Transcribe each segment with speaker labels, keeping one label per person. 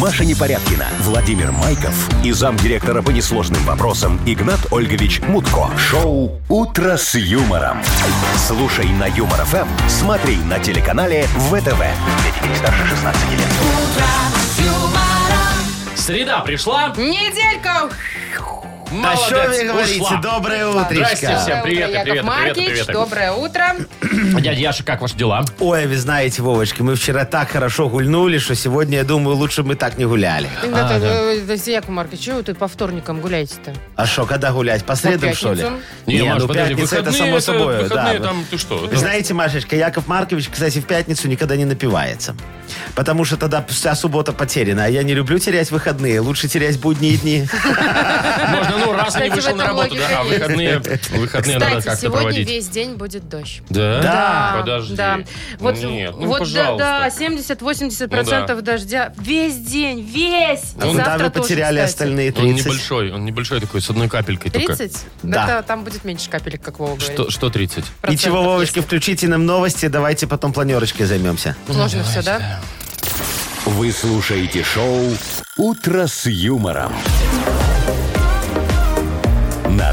Speaker 1: Маша Непорядкина, Владимир Майков и замдиректора по несложным вопросам Игнат Ольгович Мутко. Шоу «Утро с юмором». Слушай на Юмор ФМ, смотри на телеканале ВТВ. Для детей старше 16 лет.
Speaker 2: Среда пришла.
Speaker 3: Неделька!
Speaker 2: Да
Speaker 4: А что
Speaker 2: молодец,
Speaker 4: вы говорите?
Speaker 2: ушла.
Speaker 4: Доброе
Speaker 2: Здрасте
Speaker 4: утречко.
Speaker 2: всем. Привет,
Speaker 3: Доброе утро,
Speaker 2: привет,
Speaker 3: Яков
Speaker 2: привет,
Speaker 3: Маркич,
Speaker 2: привет.
Speaker 3: доброе утро.
Speaker 2: Дядя Яша, как ваши дела?
Speaker 4: Ой, а вы знаете, Вовочка, мы вчера так хорошо гульнули, что сегодня, я думаю, лучше бы мы так не гуляли.
Speaker 2: А,
Speaker 3: Игнат, э, э, э, Яков Маркович, чего вы тут по вторникам гуляете-то?
Speaker 4: А что, когда гулять? По средам, что ли?
Speaker 3: пятницу?
Speaker 2: Не, Маш,
Speaker 4: ну
Speaker 2: подожди,
Speaker 4: пятница это
Speaker 2: выходные
Speaker 4: само собой. да.
Speaker 2: выходные там, ты что?
Speaker 4: Вы
Speaker 2: это-
Speaker 4: знаете, Машечка, Яков Маркович, кстати, в пятницу никогда не напивается. Потому что тогда вся суббота потеряна. А я не люблю терять выходные. Лучше терять будние дни.
Speaker 2: Можно, ну, раз
Speaker 3: Кстати,
Speaker 2: не
Speaker 3: в
Speaker 2: вышел на
Speaker 3: этом
Speaker 2: работу, да, а
Speaker 3: логика есть.
Speaker 2: выходные, выходные надо
Speaker 3: Кстати,
Speaker 2: как-то
Speaker 3: сегодня
Speaker 2: проводить.
Speaker 3: весь день будет дождь.
Speaker 2: Да?
Speaker 3: Да,
Speaker 2: Подожди.
Speaker 3: Да. Вот,
Speaker 2: Нет, ну,
Speaker 3: вот да,
Speaker 2: пожалуйста.
Speaker 3: да, 70-80%
Speaker 2: Ну
Speaker 3: дождя. Весь день, весь.
Speaker 2: Ну,
Speaker 4: Да,
Speaker 3: Завтра
Speaker 4: А
Speaker 3: тоже,
Speaker 4: вы потеряли
Speaker 3: кстати.
Speaker 4: остальные
Speaker 2: Он
Speaker 4: 30.
Speaker 2: небольшой, он небольшой такой, с одной капелькой только.
Speaker 3: 30?
Speaker 4: Да.
Speaker 3: Это там будет меньше капелек, как Вова говорит.
Speaker 2: Что, что 30?
Speaker 4: И чего,
Speaker 3: Процентов,
Speaker 4: Вовочка, включите нам новости, давайте потом планерочкой займемся.
Speaker 3: если Сложно все, да?
Speaker 1: Вы слушаете шоу «Утро с юмором». На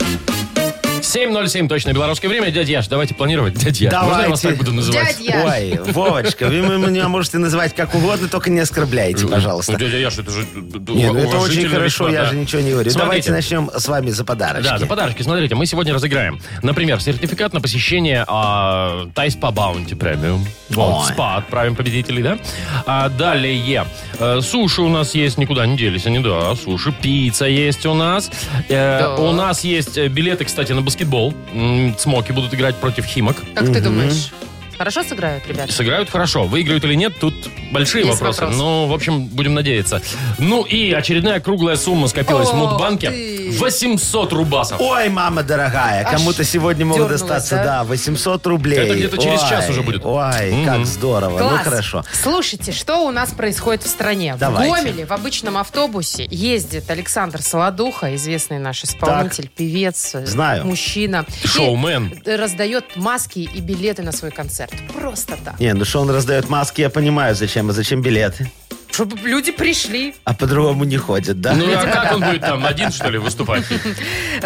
Speaker 2: 7.07, точно, белорусское время. Дядя Яш, давайте планировать. Дядя Яш, можно я вас
Speaker 4: Давайте.
Speaker 2: так буду называть?
Speaker 3: Дядя Яш.
Speaker 4: Ой, Вовочка, вы меня можете называть как угодно, только не оскорбляйте,
Speaker 2: Ну,
Speaker 4: пожалуйста.
Speaker 2: дядя Яш, это же
Speaker 4: Не, ну это
Speaker 2: уважительно
Speaker 4: очень хорошо,
Speaker 2: весьма,
Speaker 4: я
Speaker 2: да.
Speaker 4: же ничего не говорю.
Speaker 2: Смотрите.
Speaker 4: Давайте начнем с вами
Speaker 2: Да,
Speaker 4: за
Speaker 2: за
Speaker 4: подарочки.
Speaker 2: подарочки. Смотрите, мы сегодня разыграем. Например, сертификат на посещение а, Thai Spa Bounty Premium. Вот,
Speaker 4: Ой.
Speaker 2: спа отправим победителей, да? А, далее. э, суши у нас есть, никуда не делись они, да. Суши, пицца есть у нас. Э,
Speaker 3: Да.
Speaker 2: У нас есть э, билеты, кстати, на баскетбол. М, Смоки будут играть против Химок.
Speaker 3: Как ты думаешь? Хорошо сыграют, ребята?
Speaker 2: Сыграют хорошо. Выиграют или нет, тут большие
Speaker 3: Есть
Speaker 2: вопросы.
Speaker 3: вопрос.
Speaker 2: Ну, в общем, будем надеяться. Ну и очередная круглая сумма скопилась в
Speaker 3: О,
Speaker 2: Мудбанке.
Speaker 3: ты.
Speaker 2: 800 рубасов.
Speaker 4: Ой, мама дорогая,
Speaker 3: Аж
Speaker 4: кому-то сегодня могут
Speaker 3: дернулась, а?
Speaker 4: достаться,
Speaker 3: да?
Speaker 4: да? 800 рублей.
Speaker 2: Это где-то через
Speaker 4: Ой,
Speaker 2: час уже будет.
Speaker 4: Ой,
Speaker 2: Мгм.
Speaker 4: как здорово. Ну
Speaker 3: Класс.
Speaker 4: хорошо.
Speaker 3: Слушайте, что у нас происходит в стране?
Speaker 4: Давайте.
Speaker 3: В Гомеле в обычном автобусе ездит Александр Солодуха, известный наш исполнитель, певец, э,
Speaker 4: Знаю.
Speaker 3: мужчина. И
Speaker 2: Шоумен.
Speaker 3: раздает маски и билеты на свой концерт. Просто так.
Speaker 4: Не, ну что он раздает маски, я понимаю, зачем. А зачем билеты?
Speaker 3: Чтобы люди пришли.
Speaker 4: А по-другому не ходят, да?
Speaker 2: Ну а как он будет там один, что ли, выступать? Типа,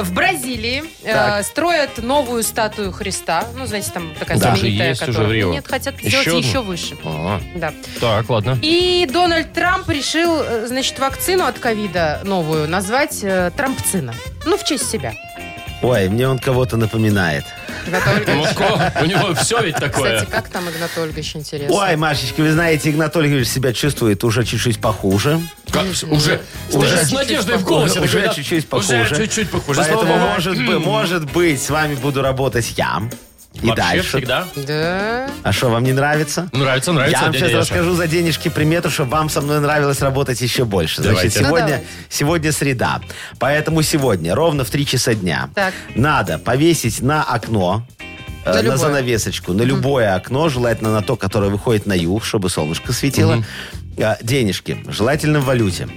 Speaker 3: В Бразилии э,
Speaker 4: Так.
Speaker 3: строят новую статую Христа. Ну, знаете, там такая
Speaker 2: Даже
Speaker 3: знаменитая,
Speaker 2: есть уже
Speaker 3: которая-
Speaker 2: в Рио.
Speaker 3: Нет, хотят
Speaker 2: Еще
Speaker 3: сделать
Speaker 2: одну?
Speaker 3: еще выше.
Speaker 2: А,
Speaker 3: Да.
Speaker 2: Так, ладно.
Speaker 3: И Дональд Трамп решил, э, значит, вакцину от ковида новую назвать э, Трампцина. Ну, в честь себя.
Speaker 4: Ой, мне он кого-то напоминает. а
Speaker 3: Игнат Ольгович.
Speaker 2: Мутко, Ну, у него все ведь
Speaker 3: Кстати,
Speaker 2: такое.
Speaker 3: как там Игнат Ольгович, интересно?
Speaker 4: Ой, Машечка, вы знаете, Игнатольевич себя чувствует уже чуть-чуть похуже.
Speaker 2: Как- Уже,
Speaker 4: Уже
Speaker 2: уже с
Speaker 4: чуть-чуть
Speaker 2: надеждой в
Speaker 4: похоже.
Speaker 2: голосе.
Speaker 4: Уже
Speaker 2: такой, да,
Speaker 4: чуть-чуть похоже.
Speaker 2: Уже чуть-чуть похуже.
Speaker 4: Поэтому,
Speaker 2: Слава богу.
Speaker 4: может быть, может быть, с вами буду работать я. И
Speaker 2: Вообще
Speaker 4: дальше.
Speaker 2: всегда.
Speaker 3: Да.
Speaker 4: А что, вам не нравится?
Speaker 2: Нравится, нравится.
Speaker 4: Я вам
Speaker 2: дядя
Speaker 4: сейчас
Speaker 2: Яша.
Speaker 4: расскажу за денежки примету, чтобы вам со мной нравилось работать еще больше.
Speaker 2: Давайте.
Speaker 4: Значит,
Speaker 3: Ну,
Speaker 4: сегодня,
Speaker 3: давай.
Speaker 4: сегодня среда. Поэтому сегодня ровно в 3 часа дня
Speaker 3: Так.
Speaker 4: надо повесить на окно, э,
Speaker 3: На
Speaker 4: на,
Speaker 3: любое.
Speaker 4: занавесочку, на любое окно, желательно на то, которое выходит на юг, чтобы солнышко светило, э, денежки, желательно в валюте.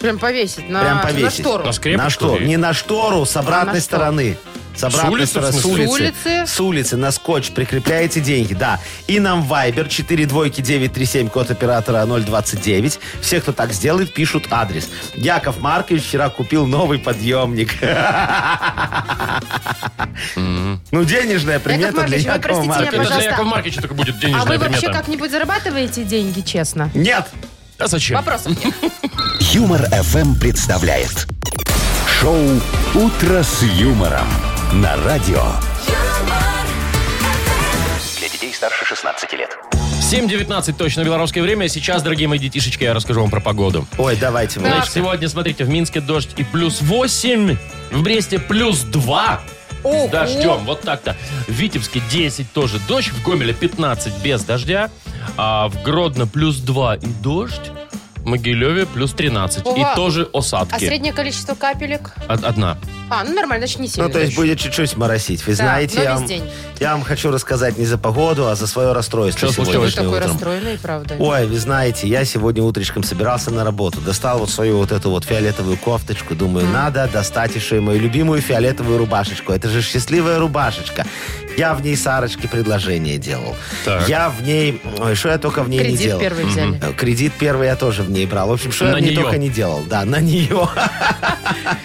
Speaker 3: Прям повесить на,
Speaker 4: Прям
Speaker 3: А, на
Speaker 4: повесить.
Speaker 3: штору. А,
Speaker 2: На скрепочку
Speaker 4: на что?
Speaker 2: или-
Speaker 4: Не на штору, с обратной
Speaker 3: на что?
Speaker 4: стороны. С обратной
Speaker 2: улицы, в
Speaker 4: стороны, с
Speaker 2: смысле?
Speaker 3: С
Speaker 4: улицы.
Speaker 3: улицы?
Speaker 4: С улицы на скотч прикрепляете деньги, да. И нам Viber 42937, код оператора 029. Все, кто так сделает, пишут адрес. Яков Маркович вчера купил новый подъемник. Ну, денежная примета для
Speaker 3: Маркович, вы
Speaker 4: Якова
Speaker 3: простите меня,
Speaker 2: Это
Speaker 4: Марковича.
Speaker 2: для
Speaker 3: Пожалуйста.
Speaker 2: Якова Маркича только будет денежная
Speaker 3: А вы
Speaker 2: примета.
Speaker 3: вообще как-нибудь зарабатываете деньги, честно?
Speaker 4: Нет,
Speaker 2: А зачем?
Speaker 3: Вопросов нет.
Speaker 1: Юмор FM представляет шоу Утро с юмором на радио. Для детей старше 16 лет.
Speaker 2: 7.19 точно белорусское время. Сейчас, дорогие мои детишечки, я расскажу вам про погоду.
Speaker 4: ой, давайте.
Speaker 3: Да.
Speaker 2: Значит,
Speaker 4: Вовочка.
Speaker 2: сегодня, смотрите, в Минске дождь и плюс 8, в Бресте плюс 2. С
Speaker 3: Ого.
Speaker 2: дождем, вот так-то. В Витебске 10 тоже дождь, в Гомеле 15 без дождя, а в Гродно плюс 2 и дождь, в Могилеве плюс 13
Speaker 3: Ого.
Speaker 2: и тоже осадки.
Speaker 3: А среднее количество капелек?
Speaker 2: Од- Одна.
Speaker 3: А, ну нормально, значит, не сильно.
Speaker 4: Ну, то есть
Speaker 3: дождь.
Speaker 4: будет чуть-чуть моросить. Вы
Speaker 3: Да,
Speaker 4: знаете,
Speaker 3: но
Speaker 4: я
Speaker 3: весь
Speaker 4: вам,
Speaker 3: день.
Speaker 4: я вам хочу рассказать не за погоду, а за свое расстройство.
Speaker 2: Что
Speaker 4: сегодня.
Speaker 2: случилось?
Speaker 3: Вы такой
Speaker 2: утром.
Speaker 3: расстроенный, правда.
Speaker 4: Ой, вы знаете, я сегодня утречком собирался на работу. Достал вот свою вот эту вот фиолетовую кофточку. Думаю, надо достать еще и мою любимую фиолетовую рубашечку. Это же счастливая рубашечка. Я в ней Сарочке предложение делал.
Speaker 2: Так.
Speaker 4: Я в ней... Ой, что я только в ней не
Speaker 3: Кредит
Speaker 4: делал.
Speaker 3: первый взяли.
Speaker 4: Э, Кредит первый я тоже в ней брал. В общем, что
Speaker 2: На
Speaker 4: я в ней
Speaker 2: нее.
Speaker 4: только не делал. Да, на нее.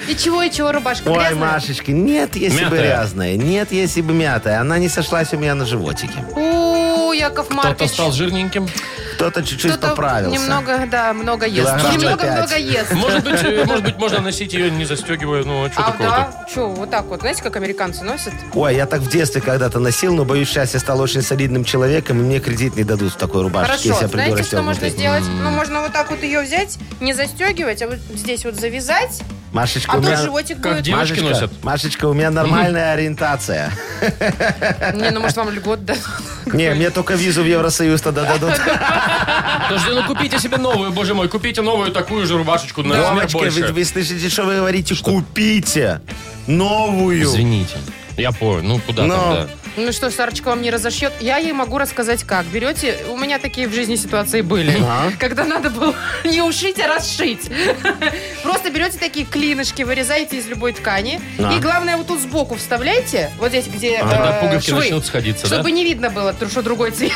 Speaker 3: И чего, и чего рубашка
Speaker 4: Ой,
Speaker 3: грязная?
Speaker 4: Машечка, нет, если бы
Speaker 2: Мятая.
Speaker 4: грязная. Нет, если бы мятая. Она не сошлась у меня на животике.
Speaker 3: У, Яков
Speaker 2: Кто-то
Speaker 3: Маркович.
Speaker 2: стал жирненьким.
Speaker 4: Кто-то чуть-чуть
Speaker 3: кто-то
Speaker 4: поправился.
Speaker 3: Немного, да, много ест.
Speaker 4: Килограмм
Speaker 3: Немного,
Speaker 4: пять.
Speaker 3: много ест.
Speaker 2: Может быть, э, может быть, можно носить ее, не застегивая. Ну, а что
Speaker 3: А,
Speaker 2: такого-то?
Speaker 3: да, что, вот так вот, знаете, как американцы носят?
Speaker 4: Ой, я так в детстве когда-то носил, но, боюсь, сейчас я стал очень солидным человеком, и мне кредит не дадут в такой рубашке,
Speaker 3: Хорошо,
Speaker 4: если я приду
Speaker 3: знаете, что можно
Speaker 4: расстегнутой.
Speaker 3: сделать? Ну, можно вот так вот ее взять, не застегивать, а вот здесь вот завязать,
Speaker 4: Машечка,
Speaker 3: а
Speaker 4: у
Speaker 3: тут
Speaker 4: меня...
Speaker 3: животик
Speaker 2: Как
Speaker 3: будет.
Speaker 2: дел- Девочки
Speaker 4: Машечка,
Speaker 2: носят.
Speaker 4: Машечка, у меня нормальная ориентация.
Speaker 3: Не, ну, может, вам льгот да?
Speaker 4: Не, мне только визу в Евросоюз тогда дадут.
Speaker 2: Подожди, ну купите себе новую, боже мой, купите новую такую же рубашечку
Speaker 3: Ну,
Speaker 2: на размер
Speaker 4: Вовочка, вы,
Speaker 2: больше.
Speaker 4: вы слышите, что вы говорите? Купите новую.
Speaker 2: Извините. Я понял, ну куда
Speaker 4: Но.
Speaker 2: там, да.
Speaker 3: Ну что, Сарочка вам не разошьет? Я ей могу рассказать как. Берете, у меня такие в жизни ситуации были,
Speaker 4: Ага.
Speaker 3: когда надо было не ушить, а расшить. Просто берете такие клинышки, вырезаете из любой ткани.
Speaker 4: Да.
Speaker 3: И главное, вот тут сбоку вставляете, вот здесь, где
Speaker 2: Тогда
Speaker 3: э,
Speaker 2: А, пуговки
Speaker 3: швы,
Speaker 2: начнут сходиться, да?
Speaker 3: Чтобы не видно было, что другой цвет.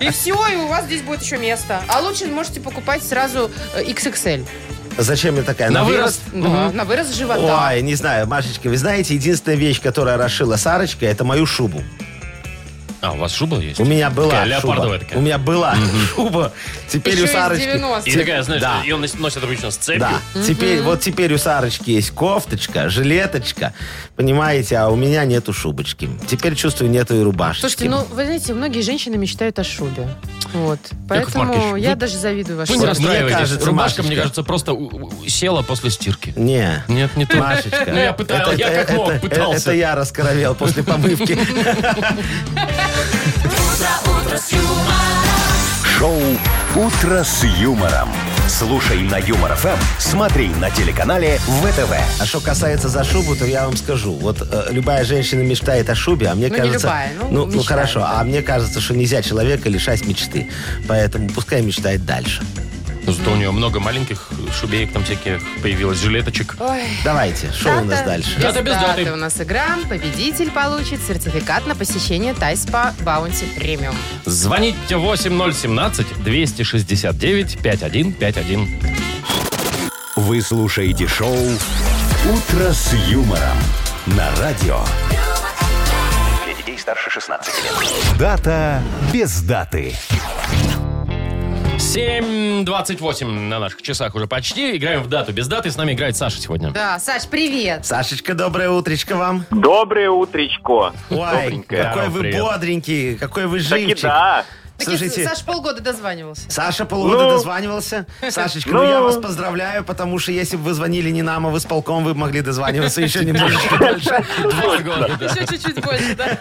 Speaker 3: И все, и у вас здесь будет еще место. А лучше можете покупать сразу э, XXL.
Speaker 4: Зачем мне такая?
Speaker 2: На
Speaker 4: На
Speaker 2: вырост.
Speaker 3: Да, На вырос живота.
Speaker 4: Ой, не знаю, Машечка, вы знаете, единственная вещь, которая расшила Сарочка, это мою шубу.
Speaker 2: А, у вас шуба есть?
Speaker 4: У меня была
Speaker 2: Такая леопардовая
Speaker 4: шуба.
Speaker 2: такая.
Speaker 4: У меня была шуба. Теперь
Speaker 3: Еще
Speaker 4: у
Speaker 3: из
Speaker 4: Сарочки.
Speaker 3: 90-х.
Speaker 2: И такая, знаешь,
Speaker 4: Да.
Speaker 2: ее нос- носят обычно с цепью.
Speaker 4: Да, теперь, вот теперь у Сарочки есть кофточка, жилеточка, понимаете, а у меня нету шубочки. Теперь, чувствую, нету и рубашечки.
Speaker 3: Слушайте, ну, вы знаете, многие женщины мечтают о шубе. Вот.
Speaker 2: Маркович,
Speaker 3: Поэтому я
Speaker 2: вы-
Speaker 3: даже завидую вашей
Speaker 2: Вы не
Speaker 4: Мне
Speaker 3: шубе.
Speaker 2: расстраивайтесь.
Speaker 4: кажется,
Speaker 2: Рубашка,
Speaker 4: Машечка.
Speaker 2: мне кажется, просто у- у- села после стирки.
Speaker 4: Не,
Speaker 2: Нет, не то.
Speaker 4: Машечка.
Speaker 2: Ну, я пытал- я как мог
Speaker 4: это-
Speaker 2: пытался.
Speaker 4: это я раскоровел после помывки.
Speaker 1: Шоу «Утро с юмором». Слушай на Юмор ФМ, смотри на телеканале ВТВ.
Speaker 4: А что касается за шубу, то я вам скажу. Вот э, любая женщина мечтает о шубе, а мне
Speaker 3: Ну, не
Speaker 4: кажется...
Speaker 3: любая, ну,
Speaker 4: ну,
Speaker 3: мечтает,
Speaker 4: хорошо,
Speaker 3: да.
Speaker 4: а мне кажется, что нельзя человека лишать мечты. Поэтому пускай мечтает дальше.
Speaker 2: Ну, зато у нее много маленьких шубеек там всяких появилось, жилеточек.
Speaker 3: Ой.
Speaker 4: Давайте, что у нас
Speaker 3: Дата
Speaker 4: дальше?
Speaker 3: без
Speaker 2: Дата без
Speaker 3: даты
Speaker 2: даты.
Speaker 3: у нас игра. Победитель получит сертификат на посещение Тайспа Баунти Премиум.
Speaker 2: Звоните 8017-269-5151.
Speaker 1: Вы слушаете шоу «Утро с юмором» на радио. Для детей старше 16 лет. Дата без даты.
Speaker 2: 7.28 на наших часах уже почти. Играем в дату без даты. С нами играет Саша сегодня.
Speaker 3: Да, Саш, привет.
Speaker 4: Сашечка, доброе утречко вам.
Speaker 5: Доброе утречко.
Speaker 4: Ой,
Speaker 5: Добренькое.
Speaker 4: какой вы
Speaker 2: Привет.
Speaker 4: бодренький, какой вы
Speaker 5: Так и
Speaker 4: живчик.
Speaker 5: да.
Speaker 3: Таки
Speaker 4: Слушайте,
Speaker 3: Саш полгода дозванивался.
Speaker 4: Саша полгода
Speaker 5: Ну?
Speaker 4: дозванивался. Сашечка, ну я
Speaker 5: Ну?
Speaker 4: вас поздравляю, потому что если бы вы звонили не нам, а в исполком, вы бы могли дозваниваться еще немножечко дальше.
Speaker 2: Два года, да.
Speaker 3: Еще чуть-чуть больше, да?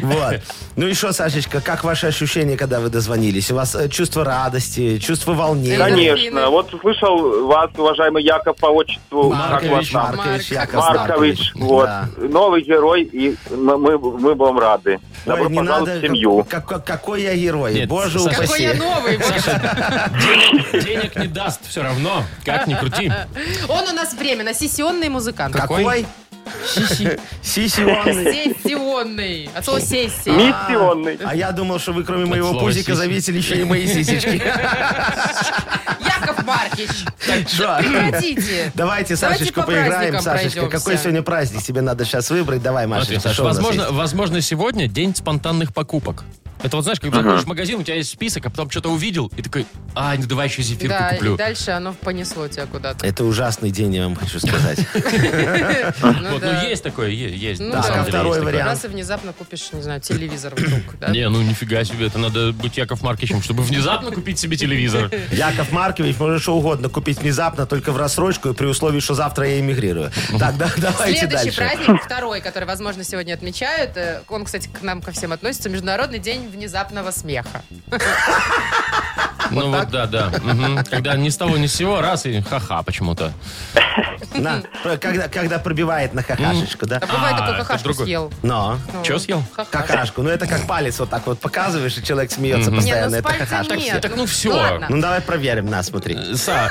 Speaker 4: Вот. Ну и что, Сашечка, как ваши ощущения, когда вы дозвонились? У вас э, чувство радости, чувство волнения?
Speaker 3: Конечно.
Speaker 5: Конечно. Вот слышал вас, уважаемый Яков, по отчеству. как
Speaker 4: Маркович,
Speaker 5: вас там?
Speaker 4: Маркович,
Speaker 3: Маркович.
Speaker 4: Яков
Speaker 5: Маркович. Вот.
Speaker 4: Да.
Speaker 5: Новый герой, и мы, мы, мы вам рады. Добро
Speaker 4: Ой, не
Speaker 5: пожаловать
Speaker 4: надо,
Speaker 5: в семью.
Speaker 4: как- как- какой я герой,
Speaker 2: Нет,
Speaker 4: боже
Speaker 2: Саша,
Speaker 4: упаси.
Speaker 3: Какой я новый. боже.
Speaker 2: Денег не даст все равно, как ни крути.
Speaker 3: Он у нас временно сессионный музыкант.
Speaker 4: Какой? Сисионный.
Speaker 3: Сессионный. А то сессия.
Speaker 5: Миссионный.
Speaker 4: А я думал, что вы кроме моего
Speaker 2: слова
Speaker 4: пузика
Speaker 2: сиси.
Speaker 4: заметили еще и мои сисечки.
Speaker 3: Яков Маркич,
Speaker 4: Что?
Speaker 3: прекратите.
Speaker 4: Давайте
Speaker 3: Давайте
Speaker 4: Сашечку
Speaker 3: по
Speaker 4: поиграем.
Speaker 3: праздникам
Speaker 4: Сашечка,
Speaker 3: пройдемся.
Speaker 4: какой сегодня праздник тебе надо сейчас выбрать? Давай,
Speaker 2: Смотри,
Speaker 4: Машечка,
Speaker 2: Саш,
Speaker 4: что у нас
Speaker 2: возможно,
Speaker 4: есть?
Speaker 2: возможно, сегодня день спонтанных покупок. Это вот знаешь, когда заходишь в магазин, у тебя есть список, а потом что-то увидел, и такой, а, ну давай еще зефирку
Speaker 3: Да, и
Speaker 2: куплю.
Speaker 3: дальше оно понесло тебя куда-то.
Speaker 4: Это ужасный день, я вам хочу сказать.
Speaker 3: Ну
Speaker 2: вот,
Speaker 3: да.
Speaker 2: ну есть такое, е- есть.
Speaker 3: Ну
Speaker 2: на
Speaker 3: да.
Speaker 2: самом
Speaker 3: Так,
Speaker 2: деле,
Speaker 3: а
Speaker 4: второй
Speaker 2: есть такое.
Speaker 4: вариант?
Speaker 3: Раз и внезапно купишь, не знаю, телевизор вдруг. да?
Speaker 2: Не, ну нифига себе, это надо быть Яков Маркичем, чтобы внезапно купить себе телевизор.
Speaker 4: Яков Маркович может что угодно купить внезапно, только в рассрочку и при условии, что завтра я эмигрирую. Так, да, давайте
Speaker 3: Следующий
Speaker 4: дальше.
Speaker 3: праздник, второй, который, возможно, сегодня отмечают, э, он, кстати, к нам ко всем относится, Международный день внезапного смеха.
Speaker 2: Ну вот, да, да. Мгм. Когда ни с того ни с сего, раз и ха-ха почему-то.
Speaker 4: На, про- когда, когда пробивает на хахашечку, да?
Speaker 3: Да бывает,
Speaker 2: А,
Speaker 3: такой
Speaker 2: это
Speaker 3: какашку
Speaker 2: другой.
Speaker 3: съел.
Speaker 4: Но.
Speaker 3: Ну,
Speaker 2: Чё съел?
Speaker 3: какашку.
Speaker 4: Какашку. Ну, это как палец вот так вот показываешь, и человек смеется
Speaker 3: Не, ну
Speaker 4: постоянно.
Speaker 3: с
Speaker 4: Это
Speaker 3: пальцем
Speaker 4: хахашка.
Speaker 3: нет.
Speaker 2: так ну всё.
Speaker 3: ладно.
Speaker 4: Ну, давай проверим. На, смотри.
Speaker 2: Са,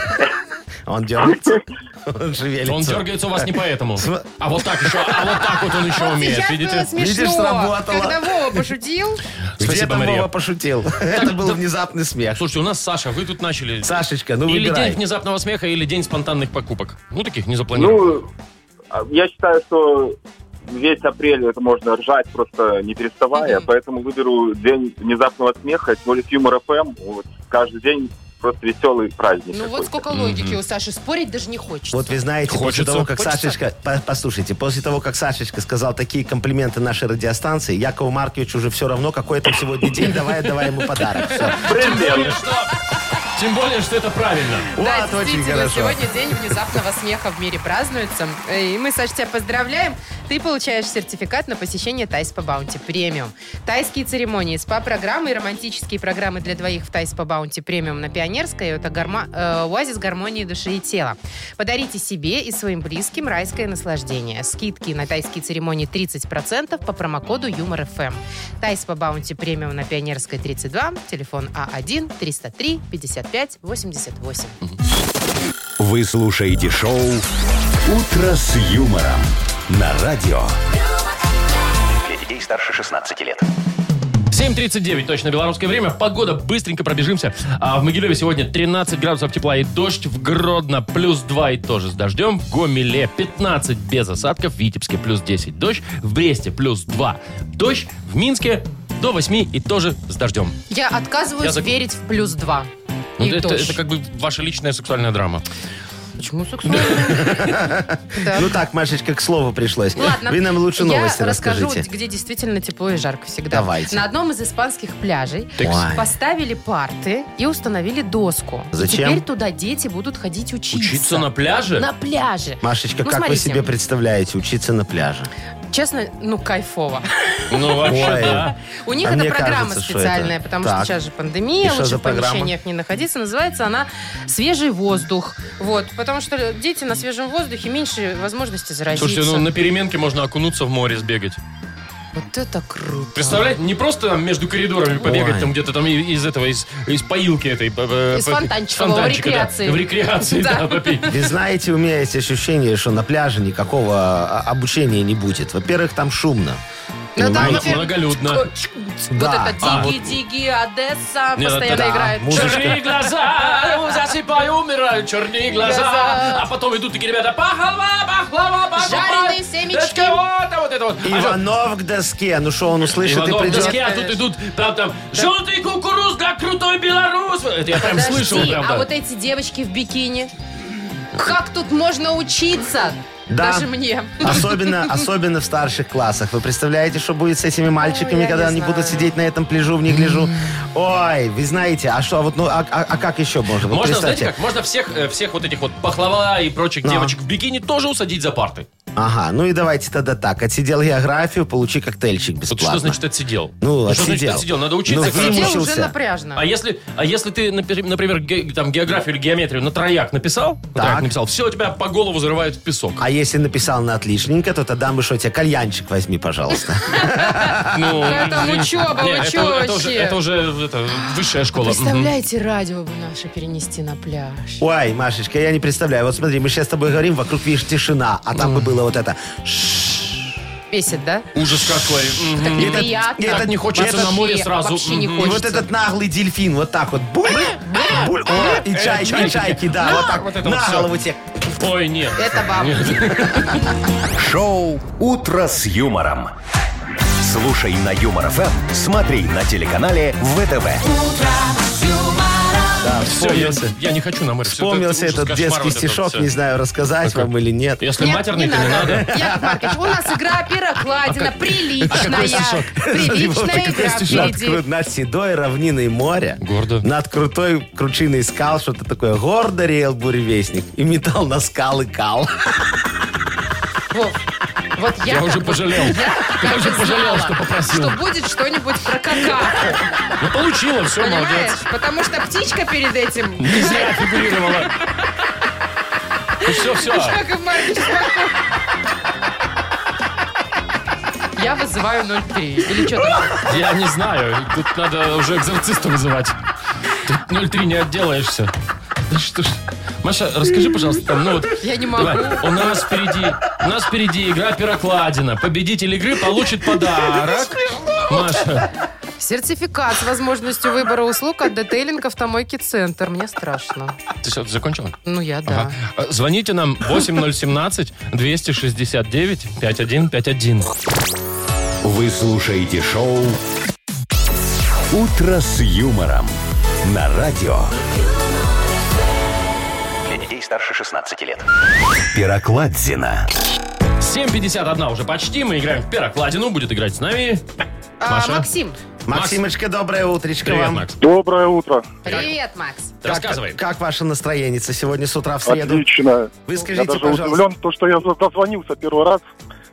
Speaker 4: Он дергается. Он шевелится.
Speaker 2: Он дергается у вас не поэтому.
Speaker 4: См-
Speaker 2: А вот так еще, а вот так вот он еще умеет,
Speaker 3: Сейчас было
Speaker 2: видите?
Speaker 3: смешно,
Speaker 4: Видишь, сработало.
Speaker 3: когда Вова пошутил.
Speaker 4: Где
Speaker 2: Спасибо,
Speaker 4: там
Speaker 2: Мария.
Speaker 4: Вова пошутил? Это был внезапный смех.
Speaker 2: Слушайте, у нас Саша, вы тут начали.
Speaker 4: Сашечка, ну
Speaker 2: Или день
Speaker 4: выбирай.
Speaker 2: внезапного смеха, или день спонтанных покупок. Ну, таких не запланированных.
Speaker 5: Ну, а, я считаю, что весь апрель это можно ржать, просто не переставая.
Speaker 3: Мгм.
Speaker 5: Поэтому выберу день внезапного смеха, тем более с Юмор ФМ. Вот, каждый день просто веселый праздник.
Speaker 3: Ну
Speaker 5: какой-то.
Speaker 3: вот сколько логики у Саши. Спорить даже не хочется.
Speaker 4: Вот вы знаете, после
Speaker 2: Хочется.
Speaker 4: того, как
Speaker 2: Хочется.
Speaker 4: Сашечка... по- Послушайте, после того, как Сашечка сказал такие комплименты нашей радиостанции, Якову Марковичу уже все равно, какой там сегодня день, давай, давай ему подарок. Всё.
Speaker 2: Тем более, что, тем более, что это правильно.
Speaker 3: Да,
Speaker 4: Вот, очень
Speaker 3: действительно,
Speaker 4: хорошо.
Speaker 3: сегодня день внезапного смеха в мире празднуется. Э, И мы, Саш, тебя поздравляем. Ты получаешь сертификат на посещение Тайс по Баунти Премиум. Тайские церемонии, СПА-программы и романтические программы для двоих в Тайс по Баунти Премиум на Пионерской. Это гарма- э, оазис гармонии души и тела. Подарите себе и своим близким райское наслаждение. Скидки на тайские церемонии 30% по промокоду Юмор ФМ. Тайс по Баунти Премиум на Пионерской 32, телефон А А1-303-55-88.
Speaker 1: Вы слушаете шоу «Утро с юмором» на радио. Для детей старше 16 лет.
Speaker 2: 7.39, точно белорусское время. Погода, быстренько пробежимся. А в Могилеве сегодня 13 градусов тепла и дождь. В Гродно плюс 2 и тоже с дождем. В Гомеле 15 без осадков. В Витебске плюс 10 дождь. В Бресте плюс 2 дождь. В Минске до 8 и тоже с дождем.
Speaker 3: Я отказываюсь
Speaker 2: Я зак-
Speaker 3: верить в плюс два.
Speaker 2: Ну,
Speaker 3: И
Speaker 2: это,
Speaker 3: дождь.
Speaker 2: это как бы ваша личная сексуальная драма.
Speaker 3: Почему сексуально? Да.
Speaker 4: Ну так, Машечка, к слову пришлось.
Speaker 3: Ладно.
Speaker 4: Вы нам лучше новости
Speaker 3: Я расскажу,
Speaker 4: расскажите.
Speaker 3: где действительно тепло и жарко всегда.
Speaker 4: Давайте.
Speaker 3: На одном из испанских пляжей
Speaker 4: Ой.
Speaker 3: поставили парты и установили доску. И
Speaker 4: Зачем?
Speaker 3: теперь туда дети будут ходить учиться.
Speaker 2: Учиться на пляже?
Speaker 3: На пляже.
Speaker 4: Машечка,
Speaker 3: Ну,
Speaker 4: как
Speaker 3: смотрите.
Speaker 4: вы себе представляете учиться на пляже?
Speaker 3: Честно, ну кайфово.
Speaker 2: Ну, вообще,
Speaker 4: Ой.
Speaker 2: да.
Speaker 3: У них
Speaker 4: А
Speaker 3: это
Speaker 4: мне
Speaker 3: программа
Speaker 4: кажется, что
Speaker 3: специальная,
Speaker 4: это-
Speaker 3: потому что
Speaker 4: Так.
Speaker 3: сейчас же
Speaker 4: И
Speaker 3: пандемия,
Speaker 4: что
Speaker 3: лучше
Speaker 4: за
Speaker 3: в
Speaker 4: программа?
Speaker 3: помещениях не находиться. Называется она «Свежий воздух». Вот, потому что дети на свежем воздухе меньше возможности заразиться.
Speaker 2: Слушайте, ну на переменке можно окунуться в море, сбегать.
Speaker 3: Вот это круто.
Speaker 2: Представляете, не просто там между коридорами побегать
Speaker 4: Ой.
Speaker 2: там где-то там и- из этого, из, из поилки этой. э,
Speaker 3: Из
Speaker 2: э,
Speaker 3: фонтанчика,
Speaker 2: из
Speaker 3: в
Speaker 2: да.
Speaker 3: рекреации.
Speaker 2: В рекреации,
Speaker 3: Да.
Speaker 2: да, попить.
Speaker 4: Вы знаете, у меня есть ощущение, что на пляже никакого а, обучения не будет. Во-первых, там шумно.
Speaker 3: Ну, там
Speaker 4: понимаете?
Speaker 2: Много- многолюдно.
Speaker 3: Вот
Speaker 4: Да.
Speaker 3: это
Speaker 2: А,
Speaker 3: «Диги-диги», Одесса
Speaker 2: Не, ну,
Speaker 3: постоянно
Speaker 4: да,
Speaker 3: играет.
Speaker 4: музыка.
Speaker 2: Черные глаза, засыпаю, умираю, черные глаза.
Speaker 3: Глаза.
Speaker 2: А потом идут такие ребята, пахлава, пахлава, пахлава.
Speaker 3: Жареные семечки.
Speaker 2: Вот, вот это вот. А вот
Speaker 4: Иванов к доске. Ну что, он услышит
Speaker 2: Иванов
Speaker 4: и придет.
Speaker 2: доске, а
Speaker 3: э,
Speaker 2: тут идут, там, там, желтый кукуруз, да, крутой белорус. Это я прям
Speaker 3: Подожди,
Speaker 2: слышал, прям,
Speaker 3: а
Speaker 2: да.
Speaker 3: вот эти девочки в бикини? Как тут можно учиться?
Speaker 4: Да.
Speaker 3: Даже мне.
Speaker 4: Особенно, особенно в старших классах. Вы представляете, что будет с этими мальчиками,
Speaker 3: я не
Speaker 4: когда они
Speaker 3: знаю.
Speaker 4: будут сидеть на этом пляжу в негляжу? Ой, вы знаете, а что, а вот, ну, а, а- а как еще можно? Вот
Speaker 2: Можно,
Speaker 4: представьте.
Speaker 2: знаете как, можно всех, э, всех вот этих вот пахлава и прочих
Speaker 4: Ну.
Speaker 2: девочек в бикини тоже усадить за парты.
Speaker 4: Ага, ну и давайте тогда так. Отсидел географию, получи коктейльчик
Speaker 2: Вот
Speaker 4: бесплатно.
Speaker 2: что значит отсидел?
Speaker 4: Ну,
Speaker 2: Что значит
Speaker 4: отсидел.
Speaker 2: отсидел? Надо учиться.
Speaker 4: Ну,
Speaker 2: хорошо.
Speaker 4: Ты
Speaker 3: Где уже
Speaker 4: мучился.
Speaker 3: напряжно.
Speaker 2: А если, а если ты, напи- например, ге- там, географию или геометрию на трояк написал, на
Speaker 4: Так.
Speaker 2: трояк написал, все, тебя по голову зарывают в песок.
Speaker 4: А если написал на отличненько, то тогда мы что, тебе кальянчик возьми, пожалуйста. а,
Speaker 2: Ну,
Speaker 3: это
Speaker 2: извини.
Speaker 3: учеба,
Speaker 2: Не,
Speaker 3: вы Ну,
Speaker 2: это-
Speaker 3: чё
Speaker 2: это уже-
Speaker 3: вообще?
Speaker 2: Это уже это, высшая школа. Мгм.
Speaker 3: Представляете, радио бы наше перенести на пляж.
Speaker 4: Ой, Машечка, я не представляю. Вот смотри, мы сейчас с тобой говорим, вокруг, видишь, тишина, а там бы было вот это.
Speaker 3: Бесит, да?
Speaker 2: Ужас какой. Мгм.
Speaker 3: Так
Speaker 4: Этот-
Speaker 3: неприятно.
Speaker 4: этот-
Speaker 2: Так не хочется
Speaker 4: этот-
Speaker 2: на море
Speaker 3: вообще-
Speaker 2: сразу.
Speaker 3: вообще не
Speaker 2: Мгм.
Speaker 4: И вот
Speaker 3: Хочется.
Speaker 4: этот наглый дельфин, вот так вот. Буль, буль, о, и чайки, и чайки, да, вот так.
Speaker 2: Э, вот это вот
Speaker 4: На
Speaker 2: всё.
Speaker 4: голову тебе.
Speaker 2: Ой, нет.
Speaker 3: Это баб.
Speaker 1: Шоу «Утро с юмором». Слушай на Юмор ФМ, смотри на телеканале ВТВ.
Speaker 4: Да,
Speaker 2: Все, я,
Speaker 4: вспомнился.
Speaker 2: я не хочу на море. Всё,
Speaker 4: Вспомнился
Speaker 2: ужас,
Speaker 4: этот
Speaker 2: кошмар,
Speaker 4: детский
Speaker 2: вот это
Speaker 4: стишок,
Speaker 2: всё.
Speaker 4: не знаю, рассказать вам или нет.
Speaker 2: Если матерный, то не надо. А
Speaker 3: Яков Маркович, у нас игра пирокладина, приличная.
Speaker 2: стишок?
Speaker 4: Вовка,
Speaker 3: Приличная
Speaker 4: какой
Speaker 3: игра
Speaker 4: стишок? Над кру-
Speaker 3: впереди.
Speaker 4: Над седой равниной моря.
Speaker 2: Гордо.
Speaker 4: Над крутой кручиной скал что-то такое. Гордо реял буревестник и метал на скалы кал.
Speaker 3: Вов, Вот
Speaker 2: Я
Speaker 3: как
Speaker 2: уже
Speaker 3: бы-
Speaker 2: пожалел. Я
Speaker 3: как
Speaker 2: уже
Speaker 3: и
Speaker 2: пожалел,
Speaker 3: знала,
Speaker 2: что попросил.
Speaker 3: что будет что-нибудь про какао.
Speaker 2: Ну, получила, все,
Speaker 3: Понимаешь?
Speaker 2: молодец.
Speaker 3: Потому что птичка перед этим...
Speaker 2: Не зря фигурировала. Все, все.
Speaker 3: Яков Маркович, спокойно. Я вызываю 03. Или что там?
Speaker 2: Я не знаю. Тут надо уже экзорциста вызывать. Тут 0,3 не отделаешься. Да что ж. Маша, расскажи, пожалуйста, ну вот...
Speaker 3: Я не могу.
Speaker 2: давай, у нас впереди, у нас впереди игра «Пирокладина». Победитель игры получит подарок. Маша,
Speaker 3: Сертификат с возможностью выбора услуг от детейлинг автомойки «Центр». Мне страшно.
Speaker 2: ты все, закончила?
Speaker 3: Ну, я да.
Speaker 2: Ага. Э, Звоните нам 8017-269-5151.
Speaker 1: Вы слушаете шоу «Утро с юмором» на радио.
Speaker 6: Для детей старше 16 лет.
Speaker 1: Пирокладзина.
Speaker 2: 7.51 уже почти. Мы играем в «Пирокладину». Будет играть с нами
Speaker 3: А,
Speaker 2: Маша?
Speaker 3: Максим.
Speaker 4: Максимочка, доброе утречко
Speaker 2: Привет,
Speaker 4: вам.
Speaker 2: Макс.
Speaker 5: Доброе утро.
Speaker 3: Привет, Макс.
Speaker 4: Как-
Speaker 2: Рассказывай.
Speaker 4: Как, ваше настроение сегодня с утра в среду?
Speaker 5: Отлично.
Speaker 4: Выскажите,
Speaker 5: Я даже
Speaker 4: пожалуйста.
Speaker 5: удивлен, то, что я дозвонился первый раз.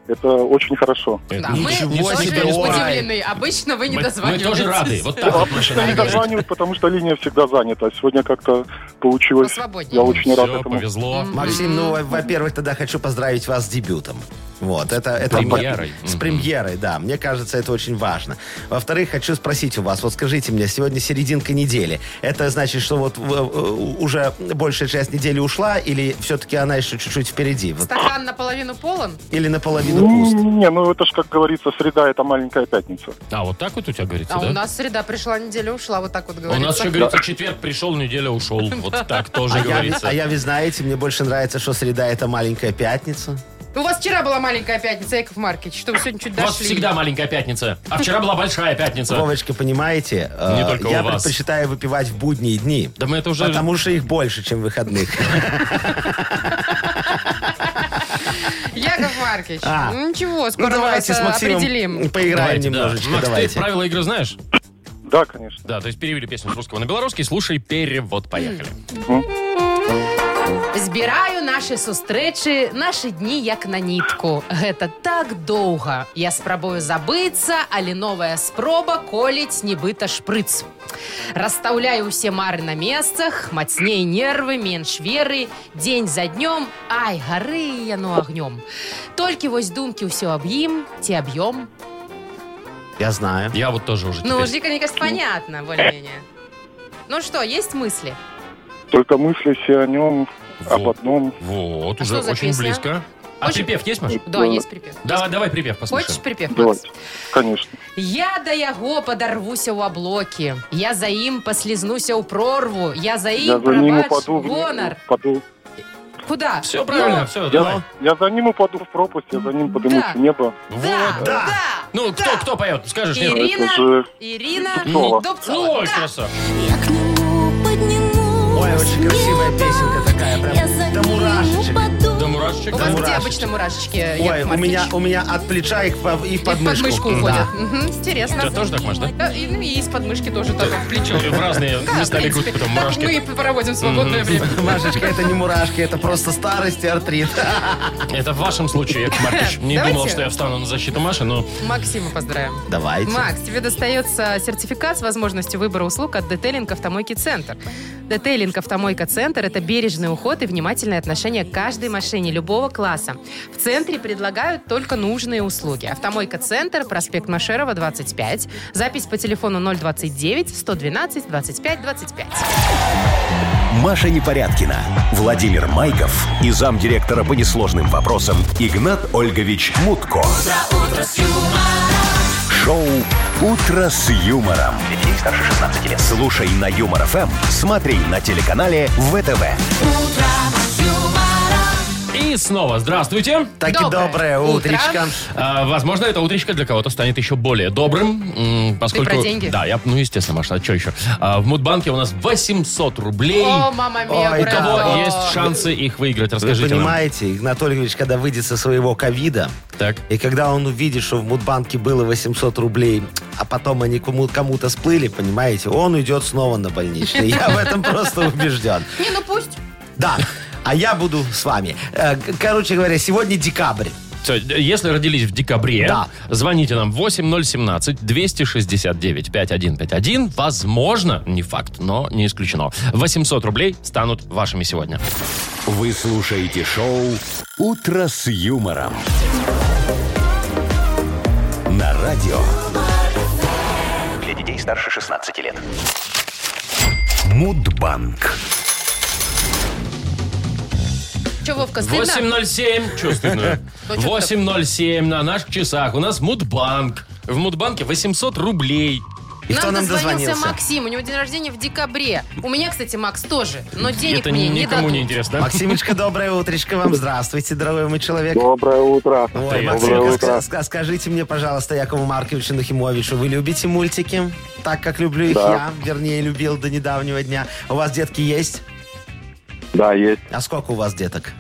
Speaker 5: Это очень хорошо.
Speaker 3: Да,
Speaker 2: Ну,
Speaker 3: мы
Speaker 4: ничего
Speaker 3: тоже
Speaker 4: себе, Орай.
Speaker 3: удивлены. Обычно вы не
Speaker 2: мы, мы
Speaker 3: дозваниваетесь.
Speaker 2: тоже рады. Вот так вот, Маша,
Speaker 5: Я не
Speaker 2: надо говорить.
Speaker 5: дозваниваюсь, потому что линия всегда занята. А Сегодня как-то получилось.
Speaker 3: Посвободнее.
Speaker 5: Я очень рад
Speaker 2: Всё,
Speaker 5: этому.
Speaker 2: повезло.
Speaker 4: Максим, ну, во- во-первых, тогда хочу поздравить вас с дебютом. Вот, это, это
Speaker 2: премьерой.
Speaker 4: С
Speaker 2: Мгм.
Speaker 4: премьерой, да. Мне кажется, это очень важно. Во-вторых, хочу спросить у вас: вот скажите мне, сегодня серединка недели. Это значит, что вот в- в- уже большая часть недели ушла, или все-таки она еще чуть-чуть впереди? Вот.
Speaker 3: Стакан наполовину полон?
Speaker 4: Или наполовину пуст?
Speaker 5: Не, ну это ж, как говорится, среда это маленькая пятница.
Speaker 2: А, вот так вот у тебя говорится,
Speaker 3: А
Speaker 2: да?
Speaker 3: у нас среда пришла, неделя ушла, вот так вот
Speaker 2: У
Speaker 3: говорится.
Speaker 2: нас еще говорится, четверг пришел, неделя ушел. Вот так тоже
Speaker 4: А я, а
Speaker 2: говорится.
Speaker 4: я, вы знаете, мне больше нравится, что среда это маленькая пятница.
Speaker 3: У вас вчера была маленькая пятница, Яков Маркович, что вы сегодня чуть
Speaker 2: У вас
Speaker 3: дошли.
Speaker 2: всегда маленькая пятница. А вчера была большая пятница.
Speaker 4: Вовочка, понимаете, э,
Speaker 2: Не только у
Speaker 4: я
Speaker 2: вас.
Speaker 4: предпочитаю выпивать в будние дни.
Speaker 2: Да мы это уже...
Speaker 4: Потому что их больше, чем выходных.
Speaker 3: Яков Маркович,
Speaker 4: А.
Speaker 3: ну ничего,
Speaker 4: Ну
Speaker 3: скоро мы
Speaker 4: давайте
Speaker 3: вас
Speaker 4: с
Speaker 3: э,
Speaker 4: Максимом
Speaker 3: определим.
Speaker 4: поиграем
Speaker 2: Давайте, да.
Speaker 4: немножечко.
Speaker 2: Макс, ты
Speaker 4: давайте.
Speaker 2: правила игры знаешь?
Speaker 5: Да, конечно.
Speaker 2: Да, то есть перевели песню с русского на белорусский. Слушай перевод. Поехали.
Speaker 3: Хм. Збираю наші сустрэчы, наши дни як на нитку. Гэта так доўга. Я спрабую забыцца, але новая спроба коліць нібыта шпрыц. Расстаўляю ўсе мары на месцах, мацней нервы, менш веры, дзень за днём, ай, гары яно агнём. Толькі вось думкі ўсё аб ім ці аб'ём.
Speaker 4: Я знаю.
Speaker 2: Я вот тоже уже
Speaker 3: Ну,
Speaker 2: теперь.
Speaker 3: Жика, мне кажется, понятно, более-менее. Ну что, есть мысли?
Speaker 5: Только мысли все о нем, об
Speaker 2: Вот,
Speaker 5: одном.
Speaker 2: вот,
Speaker 3: А
Speaker 2: уже
Speaker 3: что за
Speaker 2: очень
Speaker 3: песня?
Speaker 2: близко. А
Speaker 3: Очень-
Speaker 2: припев есть, Маша?
Speaker 3: Да, есть припев.
Speaker 2: Давай, давай припев
Speaker 3: Хочешь
Speaker 2: послушаем.
Speaker 3: припев, Макс?
Speaker 5: Давайте. Конечно.
Speaker 3: Я да яго падарвуся ў аблокі. Я за ім паслізнуся ў прорву. Я за
Speaker 5: Я
Speaker 3: ім
Speaker 5: за ним
Speaker 3: прабач,
Speaker 5: упаду в
Speaker 3: гонар.
Speaker 5: упаду.
Speaker 3: Куда?
Speaker 2: Все правильно,
Speaker 3: Ну,
Speaker 2: все, давай.
Speaker 5: Я, я за ним упаду в пропасть, я за ним поднимусь
Speaker 3: Да.
Speaker 5: в небо.
Speaker 3: Да,
Speaker 2: Вот.
Speaker 3: да.
Speaker 2: Ну, кто, кто поет? Скажешь, нет?
Speaker 3: Ирина.
Speaker 5: Это же
Speaker 3: Ирина
Speaker 5: Дубцова.
Speaker 3: Дубцова.
Speaker 2: Ой,
Speaker 3: да.
Speaker 2: красавчик.
Speaker 7: Я к нему подниму.
Speaker 4: Ой, очень красивая песенка такая, прям
Speaker 7: Я за
Speaker 4: до
Speaker 7: ним
Speaker 4: мурашечек.
Speaker 7: упаду.
Speaker 2: Да, мурашечек.
Speaker 3: У вас где
Speaker 4: мурашечки.
Speaker 3: обычно мурашечки,
Speaker 4: Ой,
Speaker 3: Яков
Speaker 4: у меня,
Speaker 3: Маркович?
Speaker 4: у меня от плеча и, в- и в
Speaker 3: И в
Speaker 4: подмышку.
Speaker 3: подмышку
Speaker 4: Да.
Speaker 3: уходят. Мгм,
Speaker 2: У
Speaker 3: Интересно.
Speaker 2: тебя тоже так, Маш, да?
Speaker 3: Да, и, ну, и из подмышки тоже так вот в плечо.
Speaker 2: В разные
Speaker 3: Да, в
Speaker 2: места бегут
Speaker 3: принципе,
Speaker 2: потом
Speaker 3: так Мы и
Speaker 2: мурашки.
Speaker 3: проводим свободное время.
Speaker 4: Машечка, это не мурашки, это просто старость и артрит.
Speaker 2: Это в вашем случае, Яков Маркович. Не
Speaker 3: Давайте.
Speaker 2: думал, что я встану на защиту Маши, но
Speaker 3: Максима поздравим.
Speaker 4: Давайте.
Speaker 3: Макс, тебе достается сертификат с возможностью выбора услуг от Детейлинг Автомойки Центр. Детейлинг Автомойка Центр – это бережный уход и внимательное отношение к каждой машине любого класса. В центре предлагают только нужные услуги. Автомойка Центр, проспект Машерова, 25. Запись по телефону 029 112 25 25.
Speaker 1: Маша Непорядкина, Владимир Майков и замдиректора по несложным вопросам Игнат Ольгович Мутко. Шоу Утро с юмором.
Speaker 6: Для детей старше 16 лет.
Speaker 1: Слушай на юмор ФМ, смотри на телеканале ВТВ.
Speaker 2: И снова здравствуйте.
Speaker 4: Так и
Speaker 3: Доброе
Speaker 4: доброе
Speaker 3: утро.
Speaker 4: утречко.
Speaker 2: А, возможно, это утречко для кого-то станет еще более добрым, м, поскольку...
Speaker 3: про деньги?
Speaker 2: Да, я, ну, естественно, Маша, а что еще? А, в Мудбанке у нас 800 рублей.
Speaker 3: О, мама мия,
Speaker 4: Ой,
Speaker 2: У кого
Speaker 3: ура!
Speaker 2: есть шансы их выиграть?
Speaker 4: Вы
Speaker 2: Расскажите нам.
Speaker 4: понимаете, Игнат Ольгович, когда выйдет со своего ковида,
Speaker 2: Так.
Speaker 4: и когда он увидит, что в Мудбанке было 800 рублей, а потом они кому- кому-то сплыли, понимаете, он уйдет снова на больничный. Я в этом просто убежден.
Speaker 3: Не, ну пусть.
Speaker 4: Да, а я буду с вами. Э, к- Короче говоря, сегодня декабрь.
Speaker 2: Всё, Если родились в декабре,
Speaker 4: Да.
Speaker 2: звоните нам 8017-269-5151. Возможно, не факт, но не исключено. 800 рублей станут вашими сегодня.
Speaker 1: Вы слушаете шоу Утро с юмором. На радио
Speaker 6: Для детей старше 16 лет.
Speaker 1: Мудбанк.
Speaker 3: Че, Вовка, стыдно?
Speaker 2: 8.07, что стыдно?
Speaker 3: Ну, чё
Speaker 2: 8.07 на наших часах. У нас Мудбанк. В Мудбанке 800 рублей.
Speaker 4: И кто нам
Speaker 3: дозвонился
Speaker 4: дозвонился?
Speaker 3: Максим, у него день рождения в декабре. У меня, кстати, Макс тоже, но денег
Speaker 2: Это
Speaker 3: мне не
Speaker 2: никому
Speaker 3: дадут.
Speaker 2: не интересно.
Speaker 4: Максимочка, доброе утречко вам. Здравствуйте, дорогой мой человек.
Speaker 5: Доброе утро.
Speaker 4: Ой,
Speaker 2: Привет.
Speaker 4: Максимка,
Speaker 5: Доброе
Speaker 4: ска-
Speaker 5: утро.
Speaker 4: ска- скажите мне, пожалуйста, Якову Марковичу Нахимовичу, вы любите мультики? Так, как люблю их
Speaker 5: Да.
Speaker 4: я, вернее, любил до недавнего дня. У вас детки есть?
Speaker 5: Да, есть.
Speaker 4: А сколько у вас деток?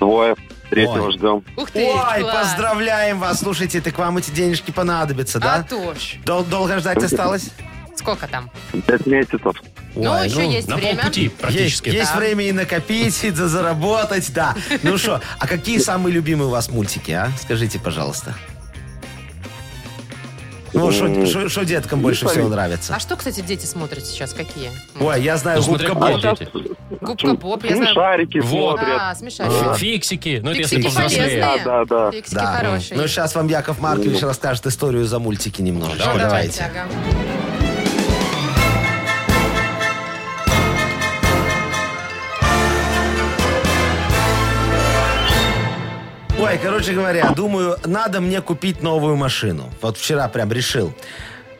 Speaker 5: Двое. Третьего
Speaker 4: Ой.
Speaker 5: ждем.
Speaker 3: Ух ты,
Speaker 4: Ой,
Speaker 3: класс.
Speaker 4: поздравляем вас. Слушайте, так вам эти денежки понадобятся,
Speaker 3: А
Speaker 4: да?
Speaker 3: то ж.
Speaker 4: Дол- долго ждать осталось?
Speaker 3: Сколько там?
Speaker 5: Пять месяцев.
Speaker 3: Ну,
Speaker 4: Ой,
Speaker 3: еще есть
Speaker 2: На
Speaker 3: время.
Speaker 2: полпути
Speaker 4: Есть,
Speaker 2: практически.
Speaker 4: есть
Speaker 3: Да.
Speaker 4: время и накопить, и заработать, да. Ну что, а какие самые любимые у вас мультики, а? Скажите, пожалуйста. Ну, что деткам больше всего нравится?
Speaker 3: А что, кстати, дети смотрят сейчас? Какие?
Speaker 4: Ой, я знаю,
Speaker 2: Ну, смотря
Speaker 4: губка
Speaker 2: какой
Speaker 4: Боб.
Speaker 2: дети.
Speaker 3: Губка Боб, я знаю.
Speaker 5: Шарики
Speaker 2: Вот.
Speaker 5: смотрят.
Speaker 3: А, смешарики.
Speaker 2: Фиксики. Ну, это если
Speaker 3: Фиксики
Speaker 2: повзрослее.
Speaker 3: полезные.
Speaker 5: Да, да, да.
Speaker 3: Фиксики
Speaker 4: Да.
Speaker 3: хорошие.
Speaker 4: Ну, сейчас вам Яков Маркович расскажет историю за мультики немножечко.
Speaker 3: Ну,
Speaker 4: Давайте.
Speaker 3: давайте, ага.
Speaker 4: Ой, короче говоря, думаю, надо мне купить новую машину. Вот вчера прям решил.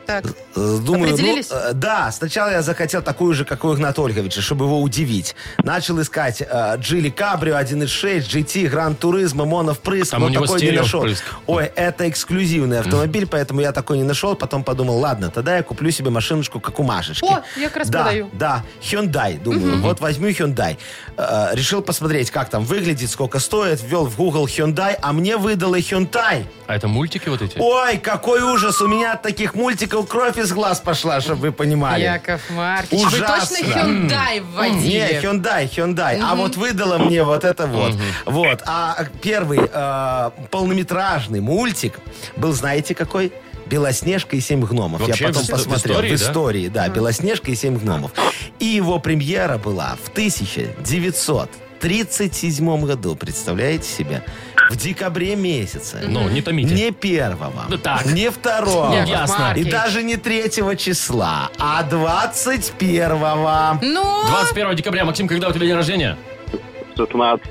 Speaker 3: Так,
Speaker 4: Э, Думаю, ну,
Speaker 3: Определились?
Speaker 4: э, да, сначала я захотел такую же, как у Игната Ольговича, чтобы его удивить. Начал искать э, Джили Кабрио 1.6, GT, Гранд Туризма, Монов Прыск.
Speaker 2: Там у
Speaker 4: вот
Speaker 2: него
Speaker 4: такой не
Speaker 2: стерео
Speaker 4: нашел.
Speaker 2: впрыск.
Speaker 4: Ой, это эксклюзивный автомобиль, поэтому я такой не нашел. Потом подумал, ладно, тогда я куплю себе машиночку, как у Машечки.
Speaker 3: О, я как раз
Speaker 4: да,
Speaker 3: продаю.
Speaker 4: Да, Hyundai, думаю, вот возьму Hyundai. Э, решил посмотреть, как там выглядит, сколько стоит. Ввел в Google Hyundai, а мне выдало Hyundai.
Speaker 2: А это мультики вот эти?
Speaker 4: Ой, какой ужас! У меня от таких мультиков кровь из глаз пошла, чтобы вы понимали.
Speaker 3: Яков Маркович,
Speaker 4: Ужасно.
Speaker 3: вы точно Hyundai
Speaker 4: Не,
Speaker 3: вводили?
Speaker 4: Hyundai, Hyundai. А вот выдала мне вот это вот. Вот. А первый э, полнометражный мультик был, знаете, какой? Белоснежка и семь гномов.
Speaker 2: Вообще
Speaker 4: Я потом
Speaker 2: в- в
Speaker 4: посмотрел.
Speaker 2: истории,
Speaker 4: в
Speaker 2: да?
Speaker 4: истории, да, Белоснежка и семь гномов. И его премьера была в 1937 году, представляете себе? В декабре месяце.
Speaker 2: Ну, не томите.
Speaker 4: Не первого.
Speaker 2: Ну, так.
Speaker 4: Не второго.
Speaker 2: Яков Ясно.
Speaker 4: И
Speaker 3: Маркович.
Speaker 4: даже не третьего числа, а 21
Speaker 3: Ну,
Speaker 2: 21 декабря. Максим, когда у тебя день рождения?
Speaker 5: 16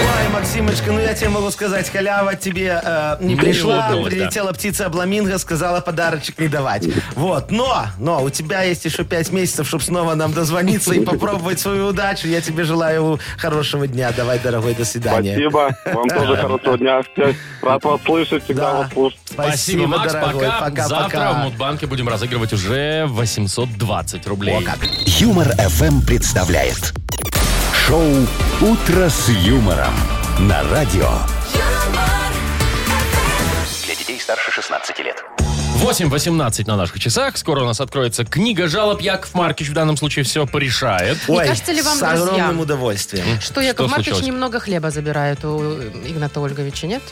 Speaker 4: Ой, Максимочка, ну я тебе могу сказать, халява тебе э, не
Speaker 2: Не
Speaker 4: пришла,
Speaker 2: улыбнулась,
Speaker 4: прилетела птица обламинго, сказала подарочек не давать. Вот, но, но у тебя есть еще пять месяцев, чтобы снова нам дозвониться и попробовать свою удачу. Я тебе желаю хорошего дня. Давай, дорогой, до свидания.
Speaker 5: Спасибо. Вам тоже хорошего дня. Всех Рад вас слышать, всегда
Speaker 4: Да.
Speaker 5: вас слушать.
Speaker 4: Спасибо,
Speaker 2: Макс,
Speaker 4: дорогой.
Speaker 2: пока. Завтра в
Speaker 4: Пока-пока.
Speaker 2: Мудбанке будем разыгрывать уже 820 рублей.
Speaker 4: О, как.
Speaker 1: Юмор FM представляет шоу Утро с юмором на радио.
Speaker 7: юмор,
Speaker 6: Для детей старше 16 лет.
Speaker 2: 8.18 на наших часах. Скоро у нас откроется книга жалоб. Яков Маркич в данном случае все порешает.
Speaker 4: Ой,
Speaker 3: кажется ли вам,
Speaker 4: с
Speaker 3: друзья?
Speaker 4: огромным удовольствием.
Speaker 3: что, Яков Маркович
Speaker 2: случилось?
Speaker 3: немного хлеба забирает у Игната Ольговича, нет?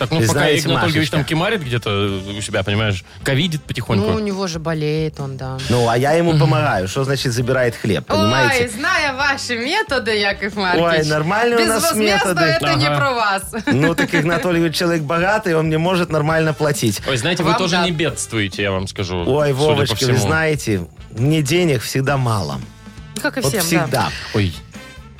Speaker 2: Так, ну,
Speaker 4: Ты
Speaker 2: пока
Speaker 4: знаете,
Speaker 2: Игнат Ольгович
Speaker 4: Машечка.
Speaker 2: там кемарит где-то э, у себя, понимаешь, ковидит потихоньку.
Speaker 3: Ну, у него же болеет он, да.
Speaker 4: Ну, а я ему помогаю. Что значит забирает хлеб,
Speaker 3: Ой,
Speaker 4: понимаете?
Speaker 3: зная ваши методы, Яков Маркович.
Speaker 4: Ой, нормальные у нас
Speaker 3: безвозмездно
Speaker 4: методы.
Speaker 3: это не
Speaker 2: Ага.
Speaker 3: про вас.
Speaker 4: Ну, так Игнат Ольгович человек богатый, он мне может нормально платить.
Speaker 2: Ой, знаете, вы
Speaker 3: Вам
Speaker 2: тоже
Speaker 3: да.
Speaker 2: не бедствуете, я вам скажу.
Speaker 4: Ой,
Speaker 2: судя по
Speaker 4: Вовочка, вы
Speaker 2: всему.
Speaker 4: знаете, мне денег всегда мало.
Speaker 3: Как и
Speaker 4: Вот
Speaker 3: всем, да.
Speaker 4: всегда.
Speaker 2: Ой,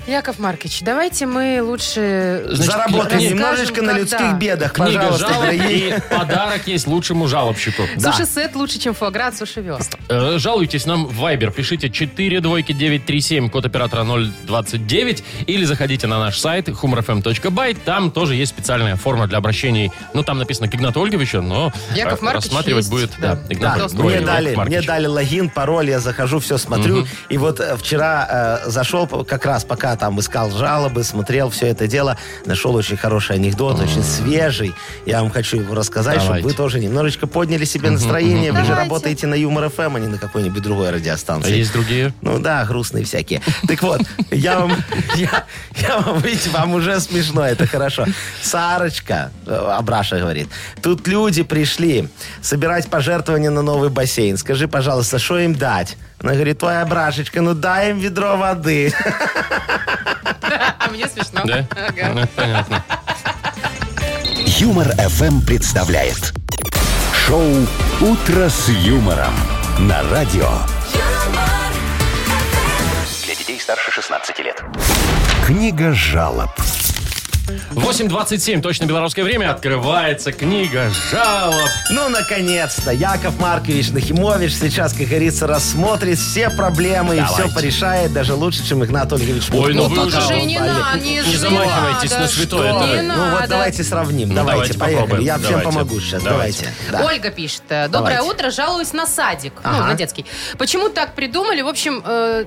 Speaker 3: Яков Маркович, давайте мы лучше...
Speaker 2: Значит,
Speaker 4: Заработаем
Speaker 3: расскажем,
Speaker 4: немножечко на
Speaker 3: когда.
Speaker 4: людских бедах,
Speaker 2: книга
Speaker 4: пожалуйста,
Speaker 2: жалоб
Speaker 4: дорогие.
Speaker 2: и подарок есть лучшему жалобщику.
Speaker 4: Да.
Speaker 3: Суши-сет лучше, чем фуаград суши вест.
Speaker 2: Э, Жалуйтесь нам в Viber. Пишите 4 двойки 937, код оператора 029. Или заходите на наш сайт humorfm.by. Там тоже есть специальная форма для обращений. Ну, там написано к Игнату Ольговичу, но
Speaker 3: Яков
Speaker 2: э,
Speaker 3: Маркович
Speaker 2: рассматривать
Speaker 3: есть,
Speaker 2: будет
Speaker 3: да.
Speaker 2: да,
Speaker 4: Да,
Speaker 2: Игнат Ольгович.
Speaker 4: мне
Speaker 2: Яков
Speaker 4: дали, мне
Speaker 2: Маркович.
Speaker 4: дали логин, пароль, я захожу, все смотрю. И вот э, вчера э, зашел, п- как раз пока там искал жалобы, смотрел все это дело, нашел очень хороший анекдот, очень свежий. Я вам хочу его рассказать,
Speaker 2: Давайте.
Speaker 4: чтобы вы тоже немножечко подняли себе настроение. Вы же
Speaker 3: Давайте.
Speaker 4: работаете на Юмор ФМ, а не на какой-нибудь другой
Speaker 2: А
Speaker 4: радиостанции.
Speaker 2: есть другие?
Speaker 4: Ну да, грустные всякие. Так вот, я вам, я, я вам, видите, вам уже смешно, это хорошо. Сарочка, э, Абраша говорит, тут люди пришли собирать пожертвования на новый бассейн. Скажи, пожалуйста, что им дать? Она говорит, ой, Абрашечка, ну дай им ведро воды.
Speaker 3: А мне смешно.
Speaker 2: Да?
Speaker 3: Ага.
Speaker 2: Ну, понятно.
Speaker 1: Юмор FM представляет шоу Утро с юмором на радио.
Speaker 7: юмор.
Speaker 6: Для детей старше 16 лет.
Speaker 1: Книга жалоб.
Speaker 2: 8.27, точно белорусское время, открывается книга жалоб.
Speaker 4: Ну, наконец-то, Яков Маркович Нахимович сейчас, как говорится, рассмотрит все проблемы и
Speaker 2: Давайте.
Speaker 4: все порешает, даже лучше, чем Игнат Ольгович Мутко.
Speaker 2: Ой, ну вы
Speaker 4: Тот
Speaker 2: уже-
Speaker 4: же
Speaker 3: Уже не
Speaker 4: Бали.
Speaker 3: надо, не,
Speaker 2: Не замахивайтесь
Speaker 3: надо,
Speaker 2: на святое,
Speaker 3: что
Speaker 2: это
Speaker 3: вы.
Speaker 2: вы.
Speaker 3: Не
Speaker 4: Ну вот
Speaker 3: надо.
Speaker 4: давайте сравним.
Speaker 2: Ну,
Speaker 4: давайте,
Speaker 2: давайте
Speaker 4: поехали.
Speaker 2: попробуем.
Speaker 4: Я всем
Speaker 2: Давайте.
Speaker 4: помогу сейчас.
Speaker 2: Давайте.
Speaker 4: Давайте. Да.
Speaker 3: Ольга пишет. э, Доброе
Speaker 4: Давайте.
Speaker 3: утро, жалуюсь на садик. Ну,
Speaker 4: Ага.
Speaker 3: на детский. Почему так придумали? В общем, э,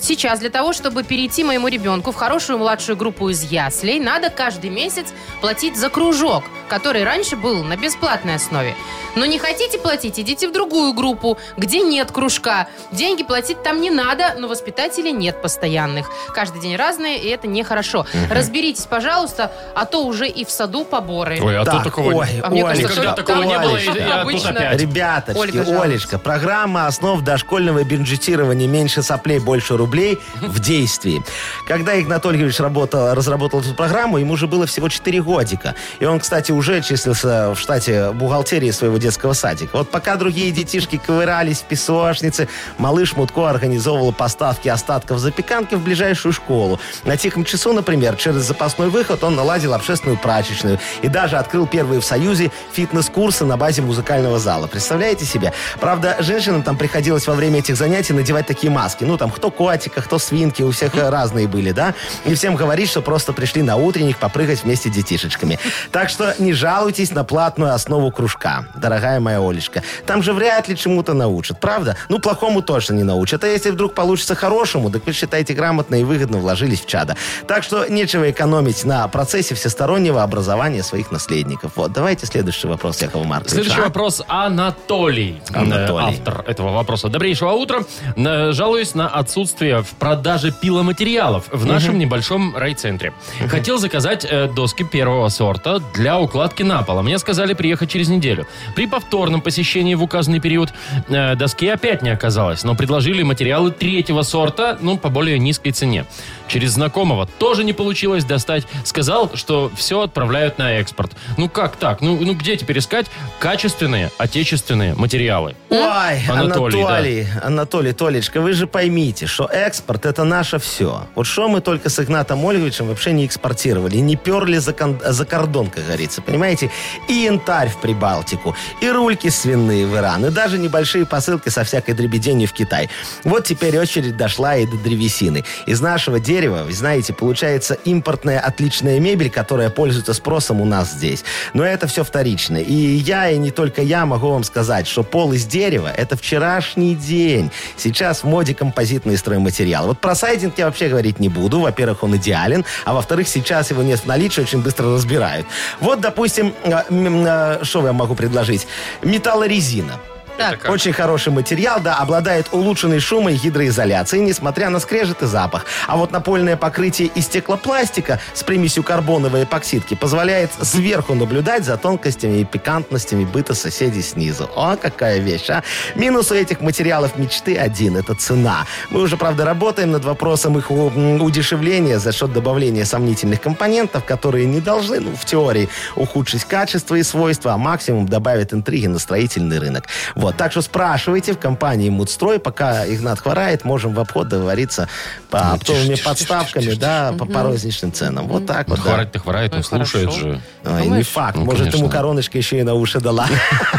Speaker 3: сейчас для того, чтобы перейти моему ребенку в хорошую младшую группу из яслей, надо каждый месяц платить за кружок, который раньше был на бесплатной основе. Но не хотите платить, идите в другую группу, где нет кружка. Деньги платить там не надо, но воспитателей нет постоянных. Каждый день разные, и это нехорошо. Разберитесь, пожалуйста, а то уже и в саду поборы.
Speaker 2: Ой, а
Speaker 4: Так,
Speaker 2: то такого...
Speaker 4: ой,
Speaker 3: А мне кажется,
Speaker 4: Олечка,
Speaker 2: Никогда такого не было, и,
Speaker 4: Олечка.
Speaker 2: а тут
Speaker 3: Обычно-
Speaker 2: опять.
Speaker 4: Ребяточки,
Speaker 3: Ольга жалуется.
Speaker 4: Олечка, программа основ дошкольного бюджетирования «Меньше соплей, больше рублей» в действии. Когда Игнат Ольгович работал, разработал эту программу, ему уже было всего 4 годика. И он, кстати, уже числился в штате бухгалтерии своего детского садика. Вот пока другие детишки ковырялись в песочнице, малыш Мутко организовывал поставки остатков запеканки в ближайшую школу. На тихом часу, например, через запасной выход он наладил общественную прачечную и даже открыл первые в Союзе фитнес-курсы на базе музыкального зала. Представляете себе? Правда, женщинам там приходилось во время этих занятий надевать такие маски. Ну, там, кто котика, кто свинки, у всех э, разные были, да? И всем говорить, что просто пришли на утренник попрыгать вместе с детишечками. Так что не жалуйтесь на платную основу кружка, дорогая моя Олечка. Там же вряд ли чему-то научат, правда? Ну, плохому точно не научат. А если вдруг получится хорошему, так вы считаете грамотно и выгодно вложились в чадо. Так что нечего экономить на процессе всестороннего образования своих наследников. Вот, давайте следующий вопрос, Якова Марковича.
Speaker 2: Следующий
Speaker 4: А?
Speaker 2: вопрос Анатолий.
Speaker 4: Анатолий.
Speaker 2: Э, Автор этого вопроса. Добрейшего утра. На- Жалуюсь на отсутствие в продаже пиломатериалов в нашем небольшом райцентре. Хотел заказать э, доски первого сорта для укладки на пол. а Мне сказали приехать через неделю. При повторном посещении в указанный период э, доски опять не оказалось, но предложили материалы третьего сорта, ну, по более низкой цене. Через знакомого тоже не получилось достать. Сказал, что все отправляют на экспорт. Ну как так? Ну, ну где теперь искать качественные отечественные материалы?
Speaker 4: Ой,
Speaker 2: Анатолий,
Speaker 4: Анатолий,
Speaker 2: да.
Speaker 4: Анатолий, Толечка, вы же поймите, что экспорт это наше все. Вот что мы только с Игнатом Ольговичем вообще не экспортировали, не перли за, кон- за кордон, как говорится, понимаете? И янтарь в Прибалтику, и рульки свиные в Иран, и даже небольшие посылки со всякой дребеденью в Китай. Вот теперь очередь дошла и до древесины. Из нашего дерева, вы знаете, получается импортная отличная мебель, которая пользуется спросом у нас здесь. Но это все вторично. И я, и не только я могу вам сказать, что пол из дерева – это вчерашний день. Сейчас в моде композитные стройматериалы. Вот про сайдинг я вообще говорить не буду. Во-первых, он идеален, а во-вторых, сейчас его нет в наличии, очень быстро разбирают. Вот, допустим, э, м, э, что я могу предложить? Металлорезина.
Speaker 3: Так,
Speaker 2: Как?
Speaker 4: Очень хороший материал, да, обладает улучшенной шумой и гидроизоляцией, несмотря на скрежет и запах. А вот напольное покрытие из стеклопластика с примесью карбоновой эпоксидки позволяет сверху наблюдать за тонкостями и пикантностями быта соседей снизу. О, какая вещь, а! Минус у этих материалов мечты один – это цена. Мы уже, правда, работаем над вопросом их у- м, удешевления за счет добавления сомнительных компонентов, которые не должны, ну, в теории, ухудшить качество и свойства, а максимум добавят интриги на строительный рынок. Вот, так что спрашивайте в компании Мудстрой, пока Игнат хворает, можем в обход договориться по оптовыми подставками, да, по порозничным ценам. Вот так вот, да.
Speaker 2: Хворать-то хворает, но
Speaker 3: Ой,
Speaker 2: слушает
Speaker 3: Ну хорошо.
Speaker 2: же.
Speaker 4: Ой, не
Speaker 3: Думаешь?
Speaker 4: факт,
Speaker 2: Ну,
Speaker 4: может,
Speaker 2: конечно.
Speaker 4: ему короночка еще и на уши дала.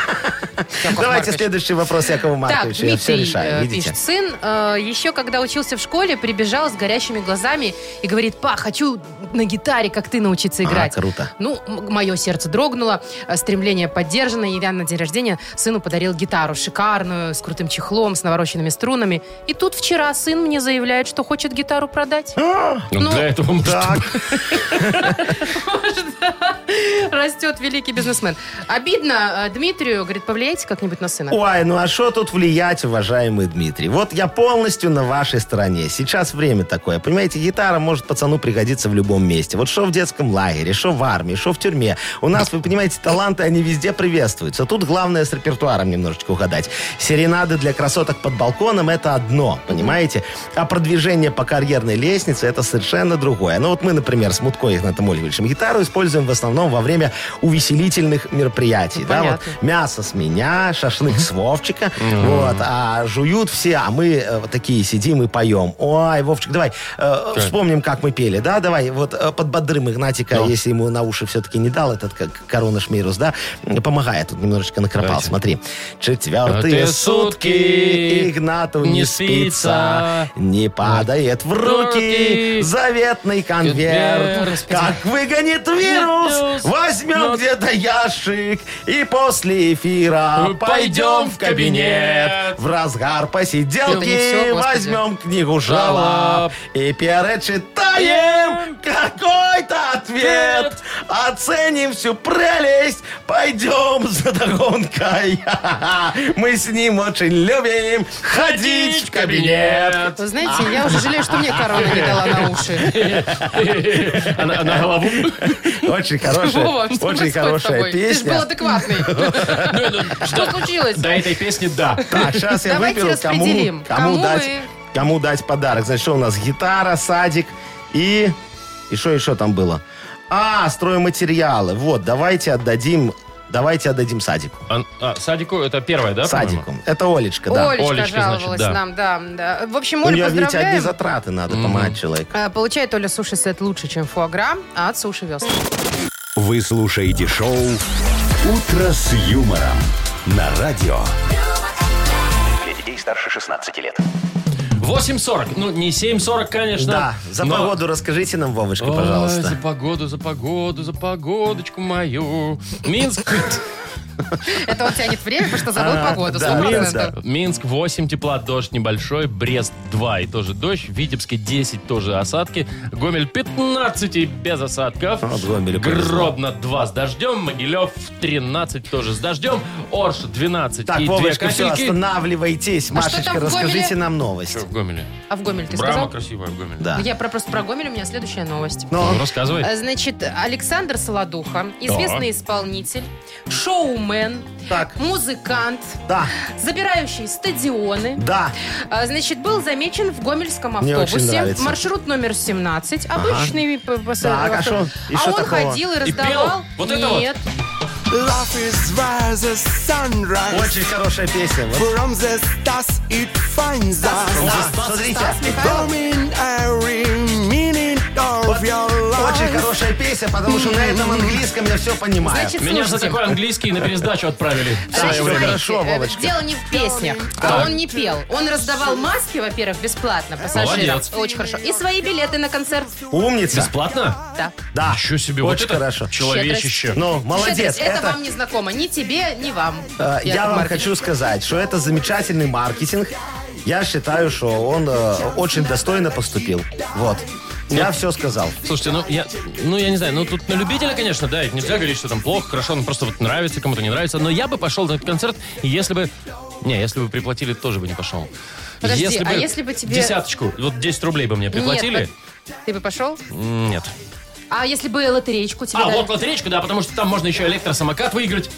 Speaker 3: Яков
Speaker 4: Давайте
Speaker 3: Маркович.
Speaker 4: следующий вопрос Якову
Speaker 3: Так,
Speaker 4: Марковичу, я
Speaker 3: Дмитрий
Speaker 4: все
Speaker 3: э,
Speaker 4: решаю, видите.
Speaker 3: пишет, сын э, еще когда учился в школе, прибежал с горящими глазами и говорит, па, хочу на гитаре, как ты научиться
Speaker 4: А,
Speaker 3: играть.
Speaker 4: круто.
Speaker 3: Ну, мое сердце дрогнуло, э, стремление поддержано, и я на день рождения сыну подарил гитару шикарную, с крутым чехлом, с навороченными струнами. И тут вчера сын мне заявляет, что хочет гитару продать. Ну,
Speaker 2: Для этого может,
Speaker 4: Так,
Speaker 3: Растет великий бизнесмен. Обидно э, Дмитрию, говорит, повлияйте как-нибудь на сына.
Speaker 4: Ой, ну а что тут влиять, уважаемый Дмитрий? Вот я полностью на вашей стороне. Сейчас время такое. Понимаете, гитара может пацану пригодиться в любом месте. Вот что в детском лагере, что в армии, что в тюрьме. У нас, вы понимаете, таланты, они везде приветствуются. Тут главное с репертуаром немножечко угадать. Серенады для красоток под балконом – это одно, понимаете? А продвижение по карьерной лестнице – это совершенно другое. Ну вот мы, например, с Мутко Игнатом Ольговичем гитару используем в основном во время увеселительных мероприятий. да, вот
Speaker 3: понятно.
Speaker 4: мясо сменить, меня, шашлык с Вовчика. Вот, а жуют все, а мы э, вот такие сидим и поем. Ой, Вовчик, давай э, вспомним, как мы пели, да? Давай, вот э, подбодрым Игнатика, если ему на уши все-таки не дал этот как корона шмирус, да? Помогает, тут немножечко накропал, смотри. Четвертые
Speaker 2: Четвертые сутки
Speaker 4: сутки Игнату не
Speaker 2: не
Speaker 4: спится,
Speaker 2: спится,
Speaker 4: не падает в руки
Speaker 2: руки
Speaker 4: заветный конверт.
Speaker 2: конверт.
Speaker 4: Как выгонит вирус,
Speaker 2: Вирус.
Speaker 4: возьмем
Speaker 2: Но-
Speaker 4: где-то ящик и после эфира
Speaker 2: Мы
Speaker 4: Ну, пойдем в кабинет.
Speaker 2: кабинет.
Speaker 4: В разгар
Speaker 3: Это не
Speaker 4: посиделки
Speaker 3: всё, господи.
Speaker 4: возьмем книгу жалоб
Speaker 2: Жалоб.
Speaker 4: и перечитаем какой-то ответ. Оценим всю прелесть, пойдем за догонкой. Мы с ним очень любим ходить в кабинет.
Speaker 3: Вы знаете, я уже жалею, что мне корона не дала на уши.
Speaker 2: А на- а на голову?
Speaker 4: Очень хорошая,
Speaker 3: Вова, что
Speaker 4: очень
Speaker 3: происходит с
Speaker 4: хорошая
Speaker 3: тобой? Ты же был
Speaker 4: песня.
Speaker 3: адекватный. Ну, Что случилось?
Speaker 2: До этой песни да.
Speaker 4: Так, сейчас А, я
Speaker 3: Давайте
Speaker 4: выберу, кому,
Speaker 3: распределим.
Speaker 4: кому,
Speaker 3: Кому
Speaker 4: дать,
Speaker 3: вы-
Speaker 4: кому дать подарок. Значит, что у нас? Гитара, садик и... И что еще там было? А, стройматериалы. Вот, давайте отдадим... Давайте отдадим садику.
Speaker 2: А- а, Садику это первая, да? по-моему?
Speaker 4: садику. Это Олечка, да.
Speaker 3: Олечка
Speaker 2: Олечка, значит,
Speaker 3: жаловалась
Speaker 2: да.
Speaker 3: нам, да, да. В общем,
Speaker 4: У
Speaker 3: Оля,
Speaker 4: нее, Ну, видите, одни
Speaker 3: поздравляем.
Speaker 4: затраты надо помогать человеку.
Speaker 3: Э, Получает Оля суши сет лучше, чем фуагра, а от суши весла.
Speaker 1: Вы слушаете шоу «Утро с юмором» на радио.
Speaker 6: Для детей старше 16 лет.
Speaker 2: 8.40. Ну, не 7.40, конечно.
Speaker 4: Да, за
Speaker 2: но-
Speaker 4: погоду расскажите нам, Вовочка,
Speaker 2: Ой, за
Speaker 4: пожалуйста.
Speaker 2: погоду, за погоду, за погодочку мою. Минск...
Speaker 3: Это он тянет время, потому что забыл
Speaker 4: А,
Speaker 3: погоду.
Speaker 4: да,
Speaker 3: 100%.
Speaker 4: да,
Speaker 2: Минск 8, тепла, дождь небольшой. Брест 2 и тоже дождь. В Витебске 10, тоже осадки. Гомель 15 и без осадков.
Speaker 4: Вот Гомелю повезло.
Speaker 2: Гродно 2 с дождем. Могилев 13 тоже с дождем. Орш 12
Speaker 4: Так,
Speaker 2: и 2
Speaker 4: Вовочка, все,
Speaker 2: капельки.
Speaker 4: останавливайтесь.
Speaker 3: А что
Speaker 4: Машечка,
Speaker 3: там в Гомеле?
Speaker 4: расскажите нам новость.
Speaker 2: Что в Гомеле?
Speaker 3: А в Гомель ты
Speaker 2: Брама
Speaker 3: сказал?
Speaker 2: красивая в Гомеле.
Speaker 4: Да.
Speaker 3: Я про, просто про Гомель, у меня следующая новость.
Speaker 2: Ну,
Speaker 4: Но
Speaker 2: рассказывай.
Speaker 3: Э, Значит, Александр Солодуха, известный исполнитель, шоумен,
Speaker 4: Так.
Speaker 3: музыкант,
Speaker 4: да,
Speaker 3: забирающий стадионы,
Speaker 4: да.
Speaker 3: А, Значит, был замечен в Гомельском
Speaker 4: Мне очень
Speaker 3: автобусе.
Speaker 4: нравится.
Speaker 3: Маршрут номер 17. Обычный п- п-
Speaker 4: Так, а
Speaker 3: автобус.
Speaker 4: что? И что
Speaker 3: А он
Speaker 4: такого?
Speaker 3: ходил и
Speaker 2: И пел?
Speaker 3: раздавал.
Speaker 2: Вот это вот?
Speaker 3: Нет.
Speaker 8: Love is where the sun rises.
Speaker 4: Очень хорошая песня. Вот.
Speaker 8: From the stars it finds us.
Speaker 4: Да, смотрите.
Speaker 8: Coming every minute
Speaker 4: Вот
Speaker 8: of your life.
Speaker 4: Очень хорошая песня, потому что на этом английском я все понимаю.
Speaker 3: Значит,
Speaker 2: Меня за
Speaker 3: слушайте.
Speaker 2: такой английский на пересдачу отправили. в свое
Speaker 4: Да,
Speaker 3: Значит,
Speaker 4: всё
Speaker 2: время.
Speaker 3: смотрите,
Speaker 4: хорошо,
Speaker 3: э,
Speaker 4: Вовочка.
Speaker 3: Дело не в песнях, а он не пел. Он раздавал маски, во-первых, бесплатно пассажирам.
Speaker 2: Молодец.
Speaker 3: Очень хорошо. И свои билеты на концерт.
Speaker 4: Умница.
Speaker 2: Бесплатно?
Speaker 3: Да.
Speaker 4: Да.
Speaker 2: Еще себе. вот
Speaker 4: Очень
Speaker 2: это
Speaker 4: хорошо.
Speaker 2: Человечище.
Speaker 4: Ну, молодец.
Speaker 3: Щедрость. Это,
Speaker 4: Это-
Speaker 3: вам не знакомо. Ни тебе, ни вам.
Speaker 4: Э,
Speaker 3: Яков
Speaker 4: Я вам
Speaker 3: Маркович.
Speaker 4: хочу сказать, что это замечательный маркетинг. Я считаю, что он э, очень достойно поступил. Вот. Я все сказал.
Speaker 2: Слушайте, ну я, ну я не знаю, ну тут на любителя, конечно, да, это нельзя говорить, что там плохо, хорошо, ну просто вот нравится, кому-то не нравится. Но я бы пошел на этот концерт, если бы... Не, если бы приплатили, тоже бы не пошел.
Speaker 3: Подожди, а если бы тебе-
Speaker 2: Десяточку, вот 10 рублей бы мне приплатили?
Speaker 3: Нет, ты бы пошел?
Speaker 2: М, Нет.
Speaker 3: А если бы лотереечку тебе
Speaker 2: А,
Speaker 3: дали?
Speaker 2: вот лотереечку, да, потому что там можно еще электросамокат выиграть.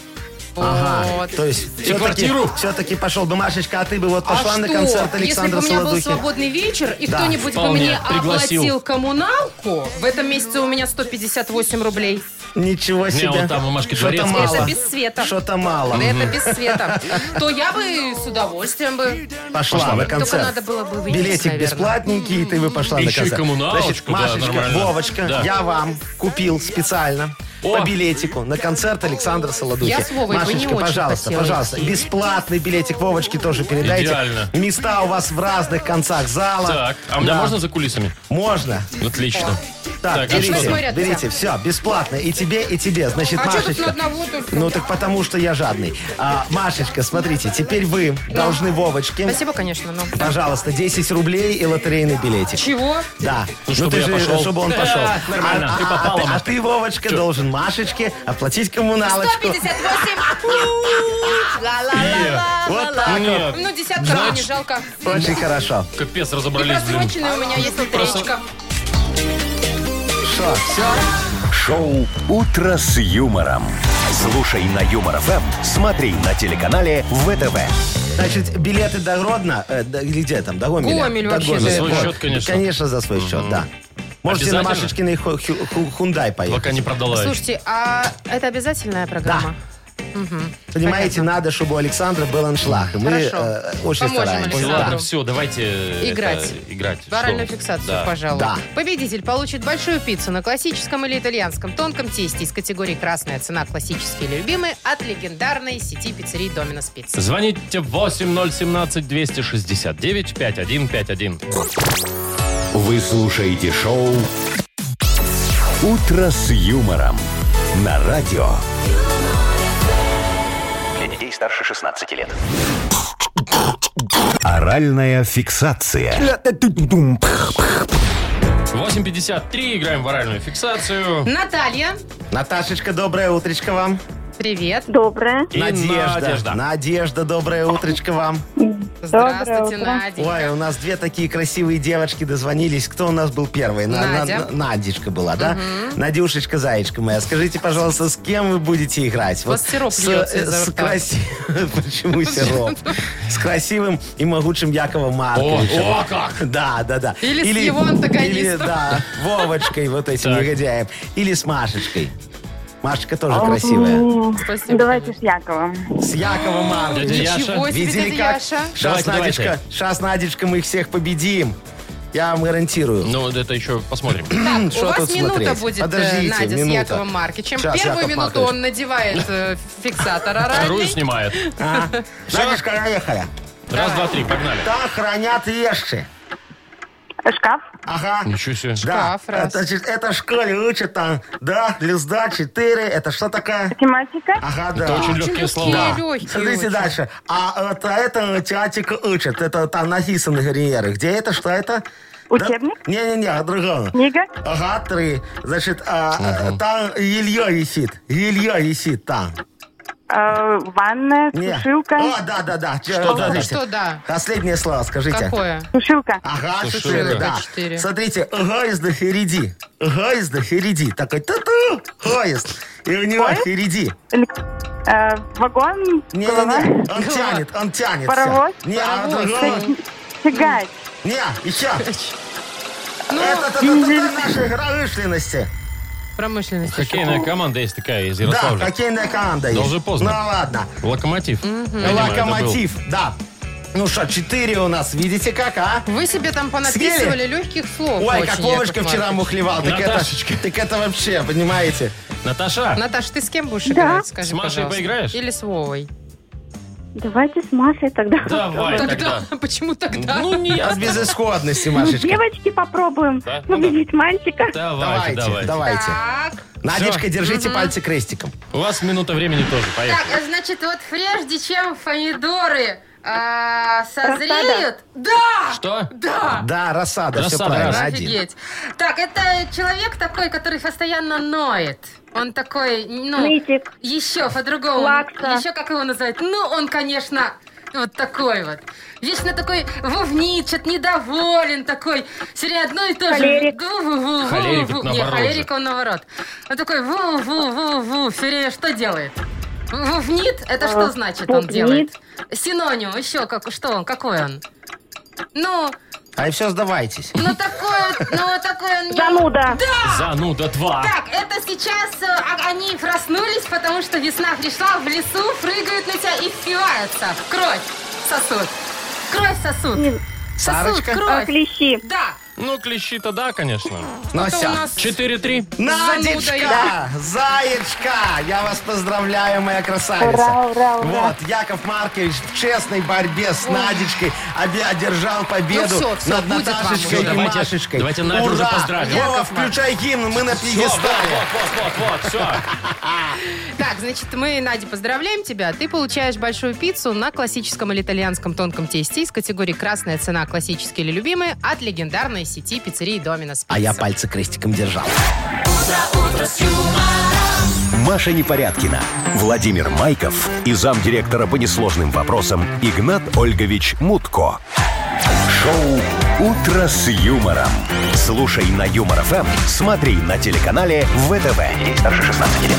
Speaker 3: Вот.
Speaker 4: То есть все-таки,
Speaker 2: квартиру.
Speaker 4: все-таки пошел бы Машечка, а ты бы вот
Speaker 3: А
Speaker 4: пошла на
Speaker 3: что,
Speaker 4: концерт
Speaker 3: Если
Speaker 4: Александра
Speaker 3: бы у меня был
Speaker 4: Солодухи.
Speaker 3: свободный вечер, и
Speaker 4: Да,
Speaker 3: кто-нибудь бы
Speaker 2: вполне,
Speaker 3: мне
Speaker 2: пригласил.
Speaker 3: оплатил коммуналку, в этом месяце у меня 158 рублей.
Speaker 4: Ничего себе.
Speaker 2: вот там у Машки
Speaker 4: Что-то
Speaker 2: дворец.
Speaker 4: мало.
Speaker 3: Это без света.
Speaker 4: Что-то мало.
Speaker 3: Это без света. То я бы с удовольствием бы...
Speaker 4: Пошла, на концерт.
Speaker 3: Только надо было бы выйти,
Speaker 4: Билетик
Speaker 3: наверное.
Speaker 4: бесплатненький, и ты бы пошла на
Speaker 2: Еще и
Speaker 4: концерт.
Speaker 2: коммуналочку, да,
Speaker 4: Машечка,
Speaker 2: нормально.
Speaker 4: Вовочка,
Speaker 2: Да.
Speaker 4: я вам купил специально
Speaker 2: О!
Speaker 4: по билетику на концерт Александра Солодухи.
Speaker 3: Я с Вовой бы не
Speaker 4: Машечка,
Speaker 3: очень
Speaker 4: пожалуйста,
Speaker 3: хотела
Speaker 4: пожалуйста, бесплатный билетик Вовочке тоже передайте.
Speaker 2: Идеально.
Speaker 4: Места у вас в разных концах зала.
Speaker 2: Так, а мне
Speaker 4: Да.
Speaker 2: можно за кулисами?
Speaker 4: Можно.
Speaker 2: Отлично.
Speaker 4: Так,
Speaker 2: Так, а
Speaker 3: что?
Speaker 4: берите,
Speaker 3: Смотрят, да.
Speaker 4: берите, все, бесплатно. И тебе, и тебе. Значит,
Speaker 3: А что тут на
Speaker 4: Машечка,
Speaker 3: одного тут?
Speaker 4: ну так потому что я жадный. А, Машечка, смотрите, теперь вы должны Вовочке,
Speaker 3: Спасибо, конечно, но...
Speaker 4: пожалуйста, 10 рублей и лотерейный билетик.
Speaker 3: Чего?
Speaker 4: Да.
Speaker 2: Ну, чтобы я пошел.
Speaker 4: чтобы он пошел.
Speaker 2: Да, нормально,
Speaker 4: А-
Speaker 2: ты
Speaker 4: а- а
Speaker 2: попала,
Speaker 4: ты- А
Speaker 2: Машка.
Speaker 4: ты, Вовочка, должен Машечке оплатить коммуналочку.
Speaker 3: 158! Ла-ла-ла-ла-ла-ла.
Speaker 4: Вот так вот.
Speaker 2: Нет.
Speaker 3: Ну, десятка мне не
Speaker 2: Значит,
Speaker 3: жалко.
Speaker 4: Очень хорошо.
Speaker 2: Капец,
Speaker 3: И
Speaker 2: разобрались, блин.
Speaker 3: просроченная у меня есть лотереечка.
Speaker 4: Что, все?
Speaker 1: Шоу «Утро с юмором». Слушай на Юмор ФМ, смотри на телеканале ВТВ.
Speaker 4: Значит, билеты до Гродно, э, до- или где там, до Гомеля?
Speaker 3: Гомель
Speaker 4: До
Speaker 3: вообще,
Speaker 4: Гомеля.
Speaker 2: За свой
Speaker 4: Вот.
Speaker 2: счет, конечно.
Speaker 4: Конечно, за свой счет, да. Можете на
Speaker 2: Обязательно?
Speaker 4: Машечкиной ху- хю- ху- Хундай поехать.
Speaker 2: Пока не продала.
Speaker 3: Слушайте, а это обязательная программа?
Speaker 4: Понимаете, надо, чтобы у Александра был аншлаг. И мы
Speaker 3: Хорошо.
Speaker 4: э, очень
Speaker 3: Поможем
Speaker 4: стараемся.
Speaker 3: Александру.
Speaker 4: Да.
Speaker 2: Ладно, все, давайте...
Speaker 3: Играть.
Speaker 2: это, играть. Всё.
Speaker 3: Оральную фиксацию,
Speaker 2: Да.
Speaker 3: пожалуй.
Speaker 4: Да.
Speaker 3: Победитель получит большую пиццу на классическом или итальянском тонком тесте из категории «Красная цена. Классические или любимые» от легендарной сети пиццерий «Доминос Пицца».
Speaker 2: Звоните 8017-269-5151.
Speaker 1: Вы слушаете шоу «Утро с юмором» на радио.
Speaker 6: Для детей старше 16 лет.
Speaker 1: Оральная фиксация.
Speaker 2: 8.53, играем в оральную
Speaker 3: Ну,
Speaker 2: фиксацию.
Speaker 3: Наталья,
Speaker 4: Наташечка, доброе утречко вам.
Speaker 3: привет.
Speaker 9: Доброе.
Speaker 2: И Надежда.
Speaker 4: Надежда, доброе утречко вам.
Speaker 3: Здравствуйте,
Speaker 9: утро.
Speaker 3: Надя.
Speaker 4: Ой, у нас две такие красивые девочки дозвонились. Кто у нас был первый? На- на-
Speaker 3: Надя.
Speaker 4: на- Надечка была, да? Надюшечка, зайчка моя. Скажите, пожалуйста, с кем вы будете играть?
Speaker 3: вас сироп
Speaker 4: с,
Speaker 3: льется
Speaker 4: э,
Speaker 3: изо
Speaker 4: с
Speaker 3: рта.
Speaker 4: краси- Почему сироп? С красивым и могучим Яковом Марковичем.
Speaker 2: О, о, как!
Speaker 4: Да, да, да.
Speaker 3: Или с его антагонистом.
Speaker 4: Или, да, Вовочкой, вот этим
Speaker 2: Так.
Speaker 4: негодяем. Или с Машечкой. Машечка тоже красивая.
Speaker 9: М,
Speaker 3: Спасибо.
Speaker 9: Давайте с Яковом.
Speaker 4: С Яковом Марковичем.
Speaker 2: Дядя
Speaker 3: Ничего
Speaker 2: Яша.
Speaker 3: себе,
Speaker 4: Видели
Speaker 3: дядя
Speaker 4: как?
Speaker 3: Яша.
Speaker 4: Сейчас,
Speaker 2: Давайте,
Speaker 4: Надечка,
Speaker 2: давайте.
Speaker 4: сейчас, Надечка, мы их всех победим. Я вам гарантирую.
Speaker 2: Ну, это еще посмотрим.
Speaker 3: Так,
Speaker 4: Что
Speaker 3: у вас
Speaker 4: тут
Speaker 3: минута
Speaker 4: смотреть?
Speaker 3: будет, э,
Speaker 4: Подождите,
Speaker 3: Надя, с
Speaker 4: минута.
Speaker 3: Яковом Маркичем.
Speaker 4: Сейчас,
Speaker 3: Первую
Speaker 4: Яков
Speaker 3: минуту
Speaker 4: Маркович.
Speaker 3: он надевает э, фиксатор
Speaker 2: Вторую
Speaker 3: оральный.
Speaker 2: снимает.
Speaker 4: А? Надюшка, поехали.
Speaker 2: Раз, два, три, погнали.
Speaker 4: Там хранят вещи.
Speaker 9: Шкаф.
Speaker 4: Ага.
Speaker 2: Ничего себе.
Speaker 4: Да.
Speaker 3: Шкаф, раз.
Speaker 4: Это, значит, это в школе учат там, да, звезда 4, это что такое?
Speaker 9: Тематика.
Speaker 4: Ага, да.
Speaker 2: Это очень
Speaker 3: Очень
Speaker 2: легкие
Speaker 3: легкие.
Speaker 2: слова.
Speaker 3: легкие
Speaker 4: Смотрите
Speaker 3: очень.
Speaker 4: дальше. А вот это театик учат. Это там написано карьеры. Где это? Что это?
Speaker 9: Учебник?
Speaker 4: Да? Не-не-не, другого.
Speaker 9: Книга.
Speaker 4: Ага, три. Значит, а, там Ильё висит. Ильё висит там.
Speaker 9: э, Ванная.
Speaker 4: Не.
Speaker 9: Сушилка.
Speaker 4: О, да, да, да. Что,
Speaker 3: да, что да?
Speaker 4: Последнее слово скажите.
Speaker 3: Какое?
Speaker 9: Сушилка.
Speaker 4: Ага,
Speaker 2: Сушилка.
Speaker 4: четыре, да.
Speaker 3: Четыре.
Speaker 4: Смотрите, гоезд до впереди. Гоезд до впереди. Такой ту-ту, гоезд. И у него
Speaker 9: Поезд?
Speaker 4: впереди.
Speaker 9: Элек- э, Вагон. голова,
Speaker 4: Не-не-не, он тянет, он тянет.
Speaker 9: Паровоз?
Speaker 4: всё. Не, а
Speaker 3: Паровоз.
Speaker 4: другого-
Speaker 9: Тягать.
Speaker 4: Не, еще.
Speaker 3: Ну,
Speaker 4: Это, это, это, это наша промышленности.
Speaker 3: промышленность.
Speaker 2: Хоккейная команда есть такая из
Speaker 4: Да,
Speaker 2: Ярославля.
Speaker 4: хоккейная команда есть.
Speaker 2: уже поздно.
Speaker 4: Ну ладно.
Speaker 2: Локомотив.
Speaker 3: Хм.
Speaker 2: Видимо, это был.
Speaker 4: Локомотив, да. Ну что, четыре у нас, видите как, а?
Speaker 3: Вы себе там понаписывали легких слов.
Speaker 4: Ой,
Speaker 3: очень,
Speaker 4: как
Speaker 3: Яков
Speaker 4: Вовочка вчера
Speaker 3: Маркович.
Speaker 4: мухлевал. Так это,
Speaker 2: Наташечка.
Speaker 4: так это вообще, понимаете?
Speaker 2: Наташа,
Speaker 3: Наташа, ты с кем будешь играть, скажи,
Speaker 2: С Машей
Speaker 3: пожалуйста?
Speaker 2: поиграешь?
Speaker 3: Или с Вовой?
Speaker 9: Давайте с Машей тогда.
Speaker 2: давай
Speaker 3: Ну, Тогда,
Speaker 2: тогда.
Speaker 3: почему тогда?
Speaker 2: Ну, не
Speaker 4: Без безысходности,
Speaker 9: Ну,
Speaker 4: Машечка.
Speaker 9: девочки попробуем
Speaker 2: Да? Ну да.
Speaker 9: победить мальчика.
Speaker 2: Давайте,
Speaker 4: Давайте,
Speaker 2: давайте.
Speaker 4: давайте.
Speaker 3: так,
Speaker 4: Надечка, держите пальцы крестиком.
Speaker 2: У вас минута времени тоже,
Speaker 10: Так,
Speaker 2: поехали.
Speaker 10: а значит, вот прежде чем помидоры а, созреют...
Speaker 9: Рассада?
Speaker 10: Да!
Speaker 2: Что?
Speaker 3: А.
Speaker 10: Да!
Speaker 4: Да, рассада, все
Speaker 2: Рассада,
Speaker 4: правильно.
Speaker 2: рассада.
Speaker 4: Один.
Speaker 10: Офигеть. Так, это человек такой, который постоянно ноет. Он такой, ну...
Speaker 9: Нытик.
Speaker 10: Еще по-другому.
Speaker 9: Плакса.
Speaker 10: Еще как его называют? Ну, он, конечно, вот такой вот. Вечно такой вовничет, недоволен такой. Все время одно и то же.
Speaker 9: Холерик.
Speaker 10: Ву-ву-ву-ву-ву.
Speaker 2: Холерик это
Speaker 10: Не,
Speaker 2: наоборот
Speaker 10: холерик он наоборот. Он такой ву-ву-ву-ву. Все время что делает? Вовнит? Это что
Speaker 9: А,
Speaker 10: значит он
Speaker 9: пупнит.
Speaker 10: делает? Синоним. Еще как, что он? Какой он? Ну,
Speaker 4: А и все, сдавайтесь.
Speaker 10: ну такой, ну такой он не-
Speaker 9: Зануда. Э,
Speaker 2: Зануда два.
Speaker 10: так, это сейчас э, а- они проснулись, потому что весна пришла, в лесу прыгают на тебя и впиваются. в Кровь сосуд. Кровь сосуд. Сосуд,
Speaker 4: Сарочка?
Speaker 9: А,
Speaker 10: кровь.
Speaker 9: Клещи.
Speaker 10: Да.
Speaker 2: Ну, клещи-то да, конечно.
Speaker 4: Ну
Speaker 3: это у
Speaker 4: всё.
Speaker 3: нас...
Speaker 2: 4-3.
Speaker 3: зануда
Speaker 4: Надечка,
Speaker 3: я.
Speaker 4: Заячка, я вас поздравляю, моя красавица.
Speaker 9: Ура, ура, ура.
Speaker 4: Вот, Яков Маркович в честной борьбе с Надечкой обе- одержал победу
Speaker 3: Ну всё, всё,
Speaker 4: над
Speaker 3: будет вам
Speaker 4: Наташечкой
Speaker 2: уже.
Speaker 4: и
Speaker 2: Давайте-
Speaker 4: Машечкой.
Speaker 2: давайте Надю
Speaker 4: Ура!
Speaker 2: уже поздравим.
Speaker 4: Вова,
Speaker 3: Яков
Speaker 4: включай гимн, мы на
Speaker 2: Всё, вот,
Speaker 4: пьедестале.
Speaker 2: вот, вот, вот, все.
Speaker 3: Так, значит, мы, Надя, поздравляем тебя. Ты получаешь большую пиццу на классическом или итальянском тонком тесте из категории «Красная цена. Классические или любимые» от легендарной сети пиццерий «Доминос
Speaker 4: А я
Speaker 3: Пицца».
Speaker 4: пальцы крестиком держал.
Speaker 1: Маша Непорядкина, Владимир Майков и замдиректора по несложным вопросам Игнат Ольгович Мутко. Шоу «Утро с юмором». Слушай на Юмор ФМ, смотри на телеканале ВТВ. Здесь старше 16 лет.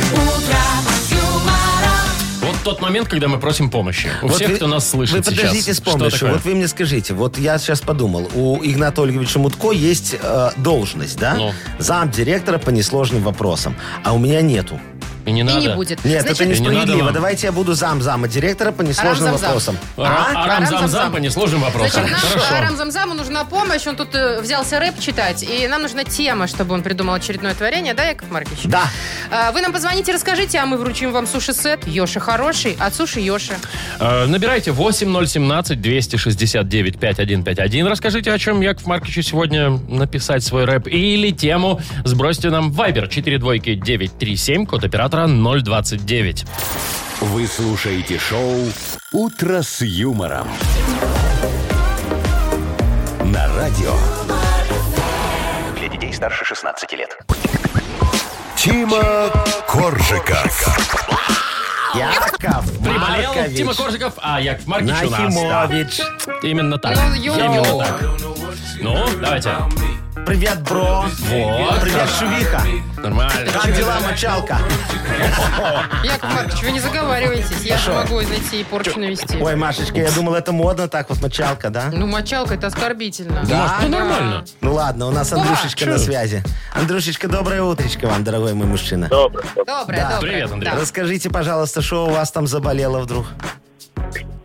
Speaker 2: Вот тот момент, когда мы просим помощи. У
Speaker 4: Вот
Speaker 2: всех,
Speaker 4: вы-
Speaker 2: кто нас слышит
Speaker 4: Вы подождите
Speaker 2: сейчас.
Speaker 4: с помощью.
Speaker 2: Что такое?
Speaker 4: Вот вы мне скажите. Вот я сейчас подумал. У Игната Ольговича Мутко есть э, должность, да?
Speaker 2: Ну.
Speaker 4: Зам директора по несложным вопросам. А у меня нету.
Speaker 2: И не
Speaker 3: И
Speaker 2: надо.
Speaker 3: не будет.
Speaker 4: Нет,
Speaker 3: Значит,
Speaker 4: это
Speaker 2: не надо
Speaker 4: несправедливо.
Speaker 2: вам.
Speaker 4: Давайте я буду зам зама директора по несложным
Speaker 3: Арам-зам-зам.
Speaker 4: вопросам.
Speaker 2: Арам-
Speaker 4: А?
Speaker 2: Арам-зам-зам по несложным вопросам.
Speaker 3: Значит, нам
Speaker 2: Хорошо.
Speaker 3: Замзаму нужна помощь. Он тут э, взялся рэп читать. И нам нужна тема, чтобы он придумал очередное творение. Да, Яков Маркович?
Speaker 4: Да.
Speaker 3: А, Вы нам позвоните, расскажите, а мы вручим вам суши-сет. Йоша хороший от суши Йоши.
Speaker 2: Э, Набирайте 8017-269-5151. Расскажите, о чем Яков Марковичу сегодня написать свой рэп или тему. Сбросьте нам в Viber 42937, код оператора 029.
Speaker 1: Вы слушаете шоу «Утро с юмором». На радио
Speaker 6: Для детей старше 16 лет.
Speaker 1: Тима Коржика.
Speaker 4: Яков
Speaker 2: Приболел
Speaker 4: Маркович.
Speaker 2: Тима Коржиков, а Яков Маркович у нас.
Speaker 4: Нахимович.
Speaker 2: Именно так.
Speaker 3: Ну, йоу.
Speaker 2: Именно так. Ну, давайте.
Speaker 4: Привет, бро.
Speaker 2: Вот.
Speaker 4: Привет, Шувиха.
Speaker 2: Нормально.
Speaker 4: Как дела, мочалка?
Speaker 3: Яков Маркович, вы не заговаривайтесь. Я же могу найти и порчу навести.
Speaker 4: Ой, Машечка, я думал, это модно так вот, мочалка, да?
Speaker 3: Ну, мочалка, это оскорбительно.
Speaker 2: Маш, ну нормально.
Speaker 4: Ну ладно, у нас Андрюшечка
Speaker 2: чё?
Speaker 4: на связи. Андрюшечка, доброе утречко вам, дорогой мой мужчина.
Speaker 5: Доброе.
Speaker 3: Доброе,
Speaker 4: Да.
Speaker 3: доброе.
Speaker 2: Привет, Андрей.
Speaker 3: Да.
Speaker 4: Расскажите, пожалуйста, что у вас там заболело вдруг?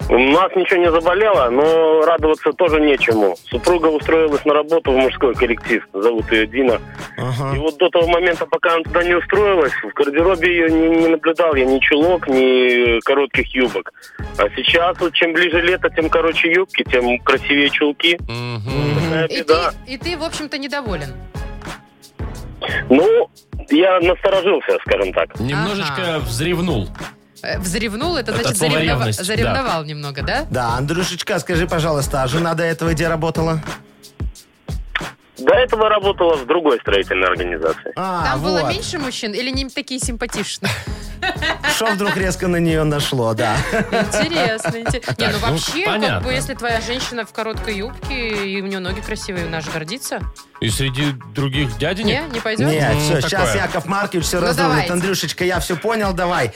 Speaker 5: У нас ничего не заболело, но радоваться тоже нечему. Супруга устроилась на работу в мужской коллектив, зовут ее Дина. И
Speaker 4: Ага.
Speaker 5: вот до того момента, пока она туда не устроилась, в гардеробе ее не, не наблюдал я ни чулок, ни коротких юбок. А сейчас, вот чем ближе лето, тем короче юбки, тем красивее чулки.
Speaker 2: Мгм.
Speaker 5: Такая
Speaker 3: И
Speaker 5: беда.
Speaker 3: ты, и ты, в общем-то, недоволен.
Speaker 5: Ну, я насторожился, скажем так.
Speaker 2: Немножечко взревнул.
Speaker 3: Э, Взревнул, это,
Speaker 2: Это
Speaker 3: значит
Speaker 2: слово
Speaker 3: заревнова-
Speaker 2: ревность,
Speaker 3: заревновал немного, да?
Speaker 4: Да, Андрюшечка, скажи, пожалуйста, а жена до этого где работала?
Speaker 5: До этого работала в другой строительной организации.
Speaker 4: А,
Speaker 3: Там было
Speaker 4: вот.
Speaker 3: меньше мужчин или не такие симпатичные?
Speaker 4: Что вдруг резко на нее нашло, да.
Speaker 3: Интересно, интересно. Не, ну
Speaker 2: ну,
Speaker 3: вообще, как
Speaker 2: понятно.
Speaker 3: бы, если твоя женщина в короткой юбке, и у нее ноги красивые, она же гордится.
Speaker 2: И среди других
Speaker 3: Не,
Speaker 2: дяденек?
Speaker 3: не пойдет?
Speaker 4: Нет, все, сейчас
Speaker 2: Ну, такое.
Speaker 4: Яков Маркович все
Speaker 3: Ну,
Speaker 4: раздумает.
Speaker 3: давайте.
Speaker 4: Андрюшечка, я все понял, давай.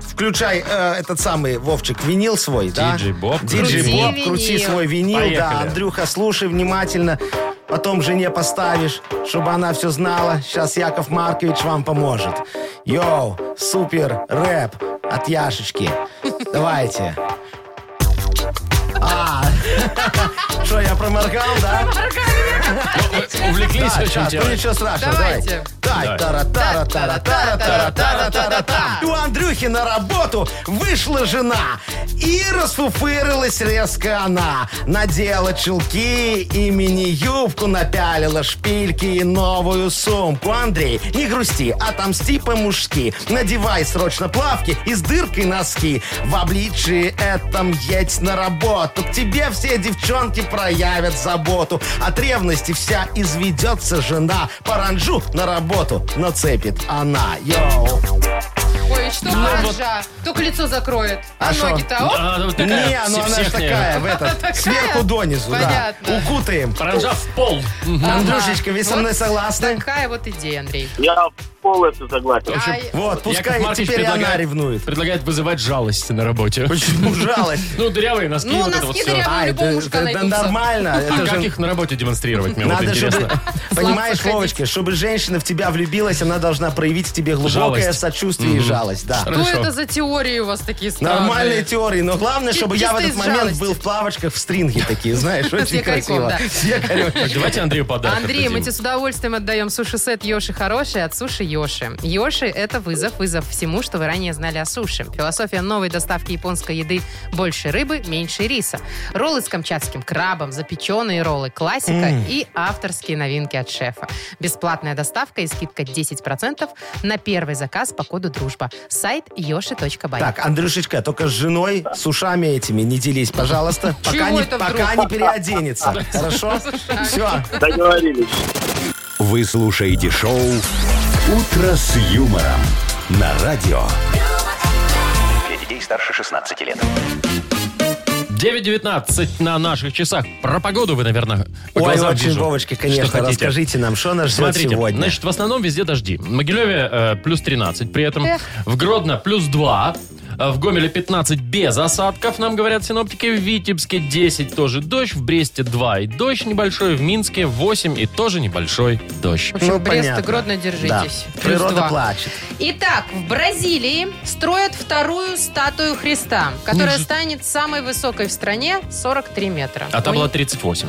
Speaker 4: Включай э, этот самый, Вовчик, винил свой, да?
Speaker 2: Диджей Боб.
Speaker 4: Диджей
Speaker 3: Крути
Speaker 4: Боб,
Speaker 3: винил.
Speaker 4: крути свой винил. Да,
Speaker 2: Поехали.
Speaker 4: Андрюха, слушай внимательно. Потом жене поставишь, чтобы она все знала. Сейчас Яков Маркович вам поможет. Йоу, супер рэп от Яшечки. Давайте. А, что, я проморгал, да?
Speaker 2: Увлеклись
Speaker 4: Да,
Speaker 2: очень
Speaker 4: да, ну
Speaker 2: темой.
Speaker 4: ничего страшного,
Speaker 3: Давайте.
Speaker 4: давайте.
Speaker 2: Давай.
Speaker 4: Тай, тара, тара, тара, тара, тара, тара, тара, та. У Андрюхи на работу вышла жена и расфуфырилась резко она. Надела чулки и мини-юбку, напялила шпильки и новую сумку. Андрей, не грусти, отомсти по-мужски. Надевай срочно плавки и с дыркой носки. В обличии этом едь на работу. К тебе все девчонки проявят заботу. От ревности вся изведется жена. Паранжу на работу нацепит она. Йоу.
Speaker 3: Ой, и что паранжа? Только лицо закроет. А
Speaker 4: Ну, А шо?
Speaker 3: ноги-то, оп,
Speaker 2: А, вот такая
Speaker 4: Не, ну она же
Speaker 2: всехняя.
Speaker 4: такая, в
Speaker 3: Такая?
Speaker 4: этот, сверху донизу, да.
Speaker 3: Понятно.
Speaker 4: Укутаем.
Speaker 2: Паранжа в пол. Мгм.
Speaker 4: Андрюшечка, вы со
Speaker 3: Вот
Speaker 4: мной согласны?
Speaker 3: такая вот идея, Андрей.
Speaker 5: Я полностью согласен.
Speaker 3: Ай,
Speaker 4: Вот, пускай
Speaker 2: Яков Маркович
Speaker 4: теперь она
Speaker 2: предлагает-
Speaker 4: ревнует.
Speaker 2: Предлагает вызывать жалость на работе.
Speaker 4: Почему жалость?
Speaker 2: Ну, дырявые носки,
Speaker 3: Ну,
Speaker 2: вот это
Speaker 3: носки
Speaker 2: вот
Speaker 3: дырявые.
Speaker 2: все.
Speaker 3: Там у
Speaker 4: Ай,
Speaker 3: любого
Speaker 4: да-
Speaker 3: мужика
Speaker 4: да- да
Speaker 3: найдутся.
Speaker 4: нормально.
Speaker 2: А
Speaker 4: Это
Speaker 2: как
Speaker 4: же
Speaker 2: их на работе демонстрировать, мне вот
Speaker 4: Надо, чтобы,
Speaker 2: интересно.
Speaker 4: понимаешь,
Speaker 3: ходить.
Speaker 4: Вовочка, чтобы женщина в тебя влюбилась, она должна проявить в тебе глубокое
Speaker 2: Жалость.
Speaker 4: сочувствие и жалость, да.
Speaker 2: Что-
Speaker 3: Что
Speaker 2: Хорошо.
Speaker 3: это за теории у вас такие странные?
Speaker 4: Нормальные теории, но главное,
Speaker 3: Чи-
Speaker 4: чтобы я в
Speaker 3: чисто
Speaker 4: этот
Speaker 3: из
Speaker 4: момент
Speaker 3: жалости.
Speaker 4: был в плавочках, в стринге такие, знаешь,
Speaker 3: С
Speaker 4: очень
Speaker 3: якорьком,
Speaker 4: красиво.
Speaker 3: да.
Speaker 4: С якорем.
Speaker 2: Так, Давайте Андрею подарок
Speaker 3: Андрей, мы
Speaker 2: отдадим.
Speaker 3: тебе с удовольствием отдаем суши-сет Йоши Хороший от Суши Йоши. Йоши – это вызов, вызов всему, что вы ранее знали о суши. Философия новой доставки японской еды – больше рыбы, меньше риса. Роллы с камчатским крабом, запеченные роллы, классика и авторские новинки от шефа. Бесплатная доставка и скидка 10% на первый заказ по коду «Дружба». Сайт yoshi.by.
Speaker 4: Так, Андрюшечка, только с женой, с ушами этими не делись, пожалуйста, пока
Speaker 3: Чего
Speaker 4: не,
Speaker 3: это вдруг?
Speaker 4: пока не переоденется. Хорошо? Все.
Speaker 5: Договорились.
Speaker 1: Вы слушаете шоу «Утро с юмором» на радио.
Speaker 6: Для детей старше 16 лет.
Speaker 2: 9.19 на наших часах. Про погоду вы, наверное, по
Speaker 4: Ой,
Speaker 2: глазам
Speaker 4: очень,
Speaker 2: вижу.
Speaker 4: Вовочка,
Speaker 2: Что
Speaker 4: конечно,
Speaker 2: хотите.
Speaker 4: расскажите нам, что нас ждет
Speaker 2: Смотрите,
Speaker 4: сегодня.
Speaker 2: значит, в основном везде дожди. В Могилеве э, плюс 13, при этом
Speaker 3: Эх.
Speaker 2: в Гродно плюс 2, А В Гомеле 15 без осадков, нам говорят синоптики. В Витебске 10 тоже дождь. В Бресте 2 и дождь небольшой. В Минске 8 и тоже небольшой дождь.
Speaker 3: В общем,
Speaker 4: Ну,
Speaker 3: Брест
Speaker 4: понятно.
Speaker 3: и Гродно держитесь.
Speaker 4: Да.
Speaker 3: Плюс
Speaker 4: Природа
Speaker 3: два.
Speaker 4: плачет.
Speaker 3: Итак, в Бразилии строят вторую статую Христа, которая
Speaker 2: Ну,
Speaker 3: станет самой высокой в стране 43 метра.
Speaker 2: А там
Speaker 3: Ой, А.
Speaker 2: было 38,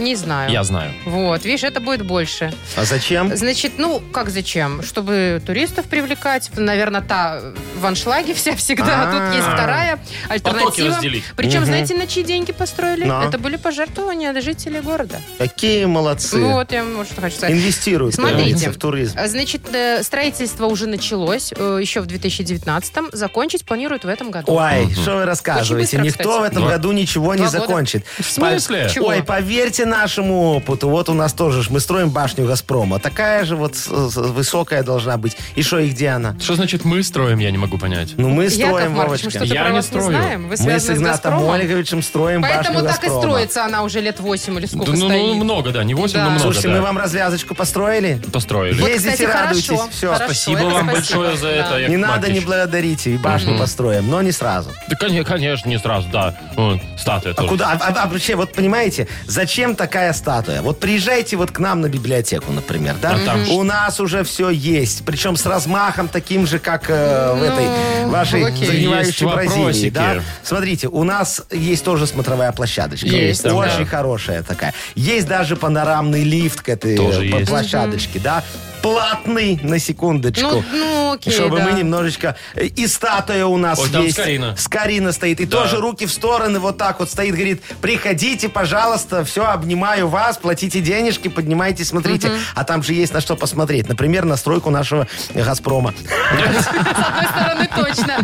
Speaker 3: Не знаю.
Speaker 2: я знаю.
Speaker 3: Вот, видишь, это будет больше.
Speaker 4: А зачем?
Speaker 3: Значит, ну, как зачем? Чтобы туристов привлекать. Наверное, та в аншлаге вся всегда. А тут есть
Speaker 2: А-а-а.
Speaker 3: вторая
Speaker 2: Потоки
Speaker 3: альтернатива.
Speaker 2: разделить.
Speaker 3: Причем,
Speaker 4: Мгм.
Speaker 3: знаете, на чьи деньги построили?
Speaker 4: Но.
Speaker 3: Это были пожертвования жителей города.
Speaker 4: Какие молодцы.
Speaker 3: Ну, вот я вам вот что хочу сказать.
Speaker 4: Инвестируют, как
Speaker 3: Смотрите.
Speaker 4: говорится, в туризм.
Speaker 3: А, Значит, э, строительство уже началось э, еще в 2019-м. Закончить планируют в этом году.
Speaker 4: Ой, что вы рассказываете?
Speaker 3: Очень быстро,
Speaker 4: Никто
Speaker 3: кстати.
Speaker 4: в этом
Speaker 2: Ну.
Speaker 4: году ничего не
Speaker 3: Два года.
Speaker 4: закончит.
Speaker 2: В смысле?
Speaker 4: Пов-
Speaker 3: Чего?
Speaker 4: Ой, поверьте нашему опыту. Вот у нас тоже ж мы строим башню Газпрома. Такая же вот с- с- высокая должна быть. И что, и где она?
Speaker 2: Что значит мы строим, я не могу понять.
Speaker 4: Ну, мы
Speaker 3: Яков
Speaker 4: строим,
Speaker 3: Маркович, мы
Speaker 4: Вовочка.
Speaker 3: что-то
Speaker 2: Я
Speaker 3: про
Speaker 2: не
Speaker 3: вас
Speaker 2: строю.
Speaker 3: не знаем. Вы
Speaker 4: Мы с
Speaker 3: связаны
Speaker 4: Игнатом
Speaker 3: «Газпромом».
Speaker 4: Олеговичем строим
Speaker 3: Поэтому
Speaker 4: башню
Speaker 3: так и
Speaker 4: Газпрома.
Speaker 3: строится она уже лет 8 или
Speaker 2: Да
Speaker 3: сколько
Speaker 2: ну, ну,
Speaker 3: стоит.
Speaker 2: много, да, не 8,
Speaker 3: Да.
Speaker 2: но много,
Speaker 4: Слушайте,
Speaker 2: да.
Speaker 4: мы вам развязочку построили.
Speaker 2: Построили.
Speaker 3: Вот,
Speaker 4: Ездите,
Speaker 3: кстати,
Speaker 4: радуйтесь.
Speaker 3: хорошо.
Speaker 4: Все.
Speaker 3: Хорошо,
Speaker 2: Спасибо
Speaker 3: это
Speaker 2: вам
Speaker 3: спасибо.
Speaker 2: большое за это,
Speaker 3: Да.
Speaker 2: Яков
Speaker 4: Не надо, не
Speaker 2: Маркович.
Speaker 4: благодарите. И башню построим, но не сразу.
Speaker 2: Да, коне- конечно, не сразу, да. Вот, статуя
Speaker 4: А
Speaker 2: тоже.
Speaker 4: куда? А, а- а вообще, вот понимаете, зачем такая статуя? Вот приезжайте вот к нам на библиотеку, например, да?
Speaker 2: А там
Speaker 4: У нас уже все есть. Причем с размахом таким же, как э, в этой вашей
Speaker 3: Ну, окей.
Speaker 2: Есть
Speaker 4: загнивающей
Speaker 2: вопросики.
Speaker 4: Бразилии. Да? Смотрите, у нас есть тоже смотровая площадочка.
Speaker 2: Есть там,
Speaker 4: Очень
Speaker 2: да.
Speaker 4: хорошая такая. Есть даже панорамный лифт к этой
Speaker 2: Тоже
Speaker 4: э, пла-
Speaker 2: есть.
Speaker 4: площадочке, да? Платный, на секундочку.
Speaker 3: Ну, ну, окей,
Speaker 4: Чтобы
Speaker 3: да.
Speaker 4: мы немножечко... э, И статуя у нас
Speaker 2: Ой, там
Speaker 4: есть.
Speaker 2: Скорина.
Speaker 4: Скорина стоит. И
Speaker 2: Да.
Speaker 4: тоже руки в стороны вот так вот стоит. Говорит, приходите, пожалуйста, все, обнимаю вас, платите денежки, поднимайтесь, смотрите. А там же есть на что посмотреть. Например, на стройку нашего э, «Газпрома».
Speaker 3: С одной стороны, точно.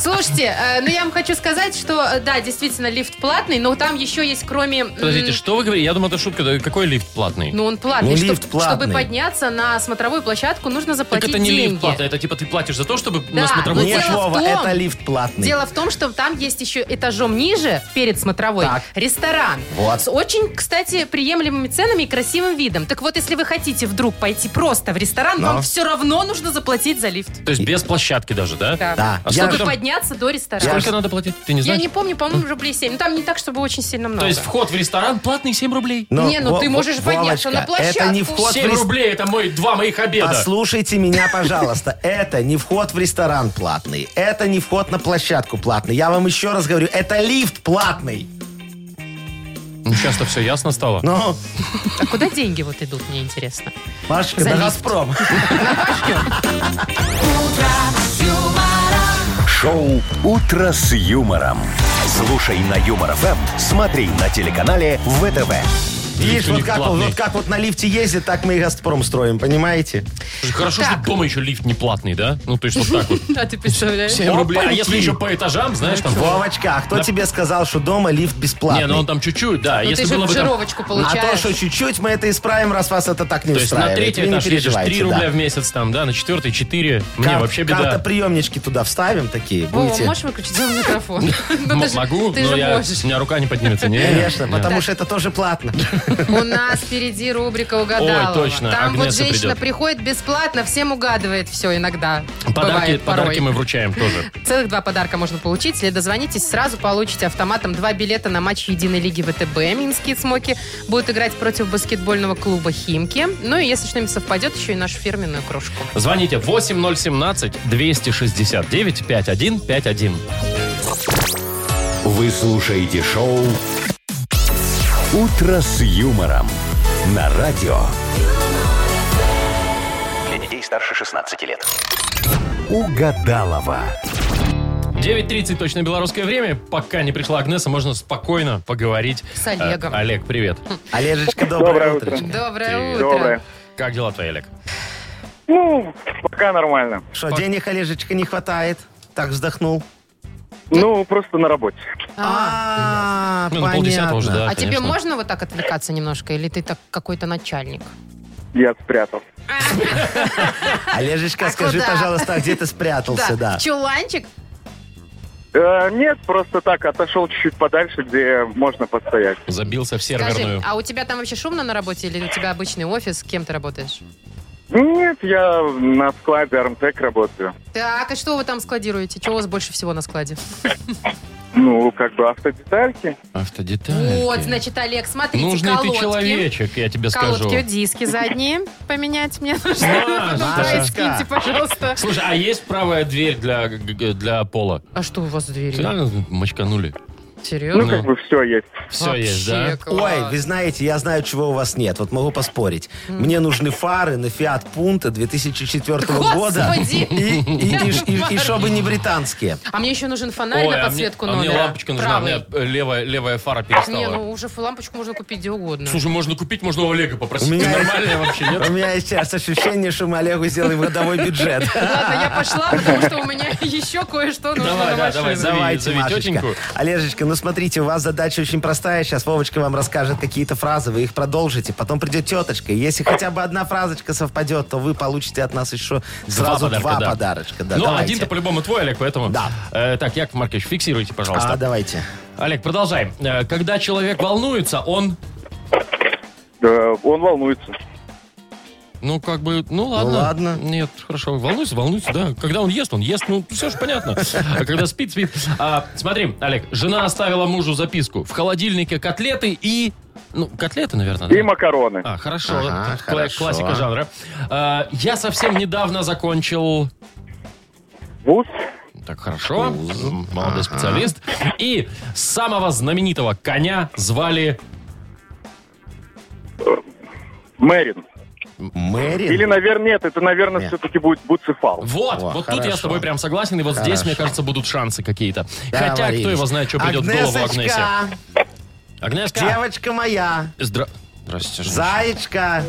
Speaker 3: Слушайте, э, ну я вам хочу сказать, что, э, да, действительно, лифт платный, но там еще есть, кроме... м,
Speaker 2: Подождите, что вы говорите? Я думал, это шутка. Да Какой лифт платный?
Speaker 3: Ну, он платный.
Speaker 4: Ну,
Speaker 3: Чтоб-
Speaker 4: лифт платный.
Speaker 3: Чтобы подняться на смотровую площадку, нужно
Speaker 2: так
Speaker 3: заплатить
Speaker 2: это не
Speaker 3: деньги.
Speaker 2: лифт платный, это типа ты платишь за то, чтобы
Speaker 3: Да,
Speaker 2: на смотровую
Speaker 3: ну,
Speaker 4: Нет,
Speaker 2: площадь-
Speaker 3: дело в
Speaker 4: Вова,
Speaker 3: том-
Speaker 4: это лифт платный.
Speaker 3: Дело в том, что там есть еще этажом ниже, перед смотровой,
Speaker 4: Так.
Speaker 3: ресторан.
Speaker 4: Вот.
Speaker 3: С очень, кстати, приемлемыми ценами и красивым видом. Так вот, если вы хотите вдруг пойти просто в ресторан, вам все равно нужно заплатить за лифт.
Speaker 2: То есть без площадки даже, да?
Speaker 4: Да.
Speaker 2: А
Speaker 4: Я
Speaker 3: Чтобы
Speaker 2: сколько там-
Speaker 3: подняться до ресторана.
Speaker 2: Сколько надо платить? Ты не
Speaker 3: Я
Speaker 2: знаешь?
Speaker 3: не помню, по-моему, рублей 7. Ну, там не так, чтобы очень сильно много.
Speaker 2: То есть вход в ресторан платный 7 рублей?
Speaker 4: Но,
Speaker 3: Не, ну
Speaker 4: Во-
Speaker 3: ты можешь
Speaker 4: Во-
Speaker 3: подняться на
Speaker 4: Вовочка, Это не
Speaker 3: площадку.
Speaker 4: вход в
Speaker 2: 7
Speaker 4: ресторан.
Speaker 2: рублей, это мой, два моих обеда.
Speaker 4: Послушайте меня, пожалуйста. Это не вход в ресторан платный. Это не вход на площадку платный. Я вам еще раз говорю, это лифт платный.
Speaker 2: Ну, сейчас-то все ясно стало.
Speaker 4: Ну,
Speaker 3: А куда деньги вот идут, мне интересно.
Speaker 4: Машечка,
Speaker 3: За
Speaker 4: на
Speaker 3: лифт.
Speaker 4: «Газпром».
Speaker 1: Шоу «Утро с юмором». Слушай на Юмор ФМ, смотри на телеканале ВТВ.
Speaker 4: Видишь,
Speaker 2: у
Speaker 4: вот
Speaker 2: них
Speaker 4: как, вот,
Speaker 2: платный.
Speaker 4: вот как вот на лифте ездит, так мы и «Газпром» строим, понимаете?
Speaker 2: Слушай, Хорошо, что дома еще лифт не платный, да? Ну, то есть вот так вот.
Speaker 3: Да, ты представляешь?
Speaker 2: 7 рублей, а
Speaker 4: Опаньки.
Speaker 2: если еще по этажам, знаешь, там...
Speaker 4: Вовочка, а кто тебе сказал, что дома лифт бесплатный?
Speaker 2: Не, ну он там чуть-чуть, да.
Speaker 3: Ну,
Speaker 2: Если
Speaker 3: ты же
Speaker 2: было бы там-
Speaker 3: жировочку
Speaker 4: А
Speaker 3: получаешь.
Speaker 4: то, что чуть-чуть, мы это исправим, раз вас это так не
Speaker 2: То есть на
Speaker 4: устраивает.
Speaker 2: третий
Speaker 4: Вы не
Speaker 2: этаж едешь 3
Speaker 4: переживайте, да.
Speaker 2: рубля в месяц там, да, на четвертый 4. Мне
Speaker 4: Кар-
Speaker 2: вообще беда.
Speaker 4: Картоприемнички туда вставим такие,
Speaker 3: Вова,
Speaker 4: будете...
Speaker 3: можешь выключить за мной микрофон? Ну,
Speaker 2: М-
Speaker 3: ты же-
Speaker 2: Могу,
Speaker 3: Ты
Speaker 2: но
Speaker 3: же
Speaker 2: я-
Speaker 3: можешь.
Speaker 2: у меня рука не поднимется. Не,
Speaker 4: Конечно,
Speaker 2: не.
Speaker 4: потому что это тоже платно.
Speaker 3: У нас впереди рубрика угадалова.
Speaker 2: Ой, точно,
Speaker 3: Там вот
Speaker 2: Агнеса
Speaker 3: женщина
Speaker 2: придет.
Speaker 3: приходит бесплатно, всем угадывает все иногда.
Speaker 2: Подарки,
Speaker 3: Бывает порой.
Speaker 2: подарки мы вручаем тоже.
Speaker 3: Целых два подарка можно получить. Если дозвонитесь, сразу получите автоматом два билета на матч Единой лиги ВТБ. Минские цмоки будут играть против баскетбольного клуба «Химки». Ну и если что-нибудь совпадет, еще и нашу фирменную кружку.
Speaker 2: Звоните 8017-269-5151.
Speaker 1: Вы слушаете шоу «Утро с юмором» на радио
Speaker 6: Для детей старше 16 лет.
Speaker 1: «Угадалова».
Speaker 2: 9.30 точно белорусское время. Пока не пришла Агнеса, можно спокойно поговорить.
Speaker 3: С Олегом.
Speaker 2: Э, Олег, привет.
Speaker 4: Олежечка, доброе
Speaker 5: Доброе
Speaker 4: утро.
Speaker 5: утро.
Speaker 3: Доброе утро.
Speaker 5: Доброе.
Speaker 2: Как дела твои, Олег?
Speaker 5: Ну, пока нормально.
Speaker 4: Что, денег, Олежечка, не хватает? Так вздохнул.
Speaker 5: Ну, просто на работе.
Speaker 3: А,
Speaker 4: А,
Speaker 2: Ну, на полдесятого уже,
Speaker 4: понятно.
Speaker 2: да,
Speaker 3: а тебе
Speaker 2: конечно.
Speaker 3: можно вот так отвлекаться немножко? Или ты так какой-то начальник?
Speaker 5: Я спрятал.
Speaker 4: Олежечка,
Speaker 3: А
Speaker 4: скажи,
Speaker 3: куда?
Speaker 4: пожалуйста, а где ты спрятался, да?
Speaker 3: в Чуланчик?
Speaker 5: Э, нет, просто так отошел чуть-чуть подальше, где можно постоять.
Speaker 2: Забился в
Speaker 3: Скажи,
Speaker 2: серверную.
Speaker 3: а у тебя там вообще шумно на работе или у тебя обычный офис? Кем ты работаешь?
Speaker 11: Нет, я на складе Армтек работаю.
Speaker 3: Так, а что вы там складируете? Чего у вас больше всего на складе?
Speaker 11: Ну, как бы автодетальки.
Speaker 2: Автодеталь.
Speaker 3: а Вот, значит, Олег, смотрите,
Speaker 2: Нужный ты
Speaker 3: колодки.
Speaker 2: человечек, я тебе скажу. А,
Speaker 3: Колодки, диски задние поменять мне нужно.
Speaker 2: Маша!
Speaker 3: Ну, давай, скиньте, пожалуйста.
Speaker 2: Слушай, а есть правая дверь для, г- г- для пола?
Speaker 3: А что у вас за
Speaker 2: Всё
Speaker 3: двери?
Speaker 2: равно мочканули.
Speaker 3: Серьезно?
Speaker 2: Ну, как
Speaker 11: бы все есть.
Speaker 2: Все есть, да?
Speaker 4: Ой, вы знаете, я знаю, чего у вас нет. Вот могу поспорить. Мне нужны фары на Фиат Пунта 2004 года.
Speaker 3: Господи!
Speaker 4: И, и- и ш- и- и чтобы не британские.
Speaker 3: А мне еще нужен фонарь
Speaker 2: Ой,
Speaker 3: на
Speaker 2: а мне,
Speaker 3: подсветку
Speaker 2: а мне
Speaker 3: номера.
Speaker 2: лампочка нужна, у
Speaker 3: Правый.
Speaker 2: меня э, левая, левая фара перестала.
Speaker 3: Не, ну уже ф- лампочку можно купить где угодно.
Speaker 2: Слушай, можно купить, можно у Олега попросить.
Speaker 4: У меня-
Speaker 2: Нормальная вообще,
Speaker 4: У
Speaker 2: нет?
Speaker 4: меня есть сейчас ощущение, что мы Олегу сделаем годовой бюджет.
Speaker 3: Ладно, я пошла, потому что у меня еще кое-что нужно
Speaker 2: Давай,
Speaker 3: на
Speaker 2: да,
Speaker 3: машину.
Speaker 2: давай, зови,
Speaker 4: Давайте,
Speaker 2: зови
Speaker 4: Машечка.
Speaker 2: тетеньку.
Speaker 4: Олежечка, ну смотрите, у вас задача очень простая. Сейчас Вовочка вам расскажет какие-то фразы, вы их продолжите. Потом придет теточка. И Если хотя бы одна фразочка совпадет, то вы получите от нас еще сразу
Speaker 2: подарка,
Speaker 4: два
Speaker 2: да.
Speaker 4: подарочка. Да,
Speaker 2: Ну,
Speaker 4: давайте.
Speaker 2: один-то по-любому твой, Олег, поэтому...
Speaker 4: Да.
Speaker 2: Э, так, Яков Маркович, фиксируйте,
Speaker 4: А,
Speaker 2: пожалуйста.
Speaker 4: давайте.
Speaker 2: Олег, продолжай. Э, когда человек волнуется, он...
Speaker 11: Э, Он волнуется.
Speaker 2: Ну, как бы, ну ладно.
Speaker 4: ладно.
Speaker 2: Нет, хорошо. Волнуйся, волнуйся, да. Когда он ест, он ест. Ну, все же понятно. А когда спит, спит. А, смотри, Олег, жена оставила мужу записку. В холодильнике котлеты и... Ну, котлеты, наверное, да?
Speaker 11: И макароны.
Speaker 2: А, хорошо.
Speaker 4: Ага,
Speaker 2: Кла-
Speaker 4: хорошо.
Speaker 2: Классика жанра. А, я совсем недавно закончил...
Speaker 11: Вуз.
Speaker 2: Так, хорошо. М, Молодой специалист. И самого знаменитого коня звали...
Speaker 11: Мэрин.
Speaker 4: Мэри.
Speaker 11: Или, наверное, нет, это, наверное,
Speaker 4: Нет.
Speaker 11: все-таки будет Буцефал.
Speaker 2: Вот,
Speaker 4: Во,
Speaker 2: вот тут я с
Speaker 4: хорошо.
Speaker 2: тобой прям согласен, и вот здесь,
Speaker 4: Хорошо.
Speaker 2: мне кажется, будут шансы какие-то. Хотя,
Speaker 4: Договорились.
Speaker 2: кто его знает, что придет в голову Агнесе.
Speaker 4: Агнесочка,
Speaker 2: Агнешка!
Speaker 4: девочка моя,
Speaker 2: Здра... Здрасте. Женя.
Speaker 4: зайчка,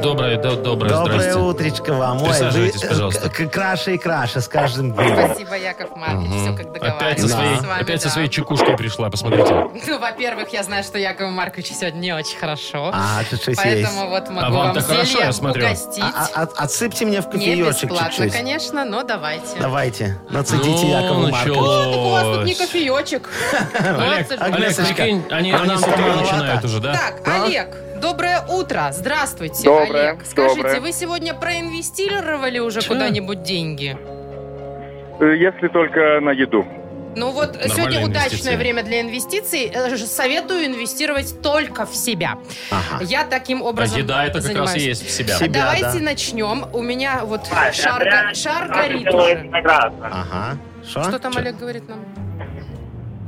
Speaker 2: Доброе, до- доброе,
Speaker 4: доброе
Speaker 2: здрасте.
Speaker 4: утречко вам. Ой, вы
Speaker 2: Присаживайтесь, пожалуйста.
Speaker 4: э, к- краше и краше с каждым днем.
Speaker 3: Спасибо, Яков Маркович,
Speaker 2: Мгм.
Speaker 3: все как
Speaker 2: Опять со
Speaker 3: договаривались
Speaker 2: своей,
Speaker 3: с вами,
Speaker 2: опять со
Speaker 3: да.
Speaker 2: своей чекушкой пришла, посмотрите.
Speaker 3: Ну, во-первых, я знаю, что Якову Марковичу сегодня не очень хорошо.
Speaker 4: А, тут что есть.
Speaker 3: Поэтому вот
Speaker 2: А
Speaker 3: могу
Speaker 2: вам-то
Speaker 3: вам
Speaker 2: хорошо, я
Speaker 3: зелье
Speaker 2: смотрю.
Speaker 3: угостить.
Speaker 4: А- а- а- отсыпьте мне в
Speaker 3: Не
Speaker 4: кофеечек
Speaker 3: бесплатно,
Speaker 4: чуть-чуть.
Speaker 3: конечно, но давайте.
Speaker 4: Давайте, нацедите
Speaker 2: Ну,
Speaker 4: Якову Марковичу.
Speaker 3: Так у вас тут не
Speaker 2: началось.
Speaker 3: кофеечек.
Speaker 2: Олег,
Speaker 3: Вот,
Speaker 2: Олег,
Speaker 4: Агнесочка.
Speaker 2: прикинь, они,
Speaker 4: А
Speaker 2: они
Speaker 4: нам
Speaker 2: с утра
Speaker 4: там
Speaker 2: начинают
Speaker 4: маловато.
Speaker 2: уже, да?
Speaker 3: Так,
Speaker 4: А?
Speaker 3: Олег, доброе утро. Здравствуйте,
Speaker 11: Доброе,
Speaker 3: Олег. Скажите,
Speaker 11: доброе.
Speaker 3: вы сегодня проинвестировали уже
Speaker 2: Чё?
Speaker 3: куда-нибудь деньги?
Speaker 11: Э, Если только на еду.
Speaker 3: Ну вот
Speaker 2: Нормальные
Speaker 3: сегодня
Speaker 2: инвестиции.
Speaker 3: удачное время для инвестиций. Э, ж- Советую инвестировать только в себя.
Speaker 4: Ага.
Speaker 3: Я таким
Speaker 2: А
Speaker 3: образом
Speaker 2: еда это как раз
Speaker 3: занимаюсь. А
Speaker 2: и есть в себя.
Speaker 4: Себе. Себя,
Speaker 3: Давайте
Speaker 4: да.
Speaker 3: начнем. У меня вот шар, го- шар горит уже.
Speaker 4: Ага.
Speaker 3: Что там Олег говорит нам?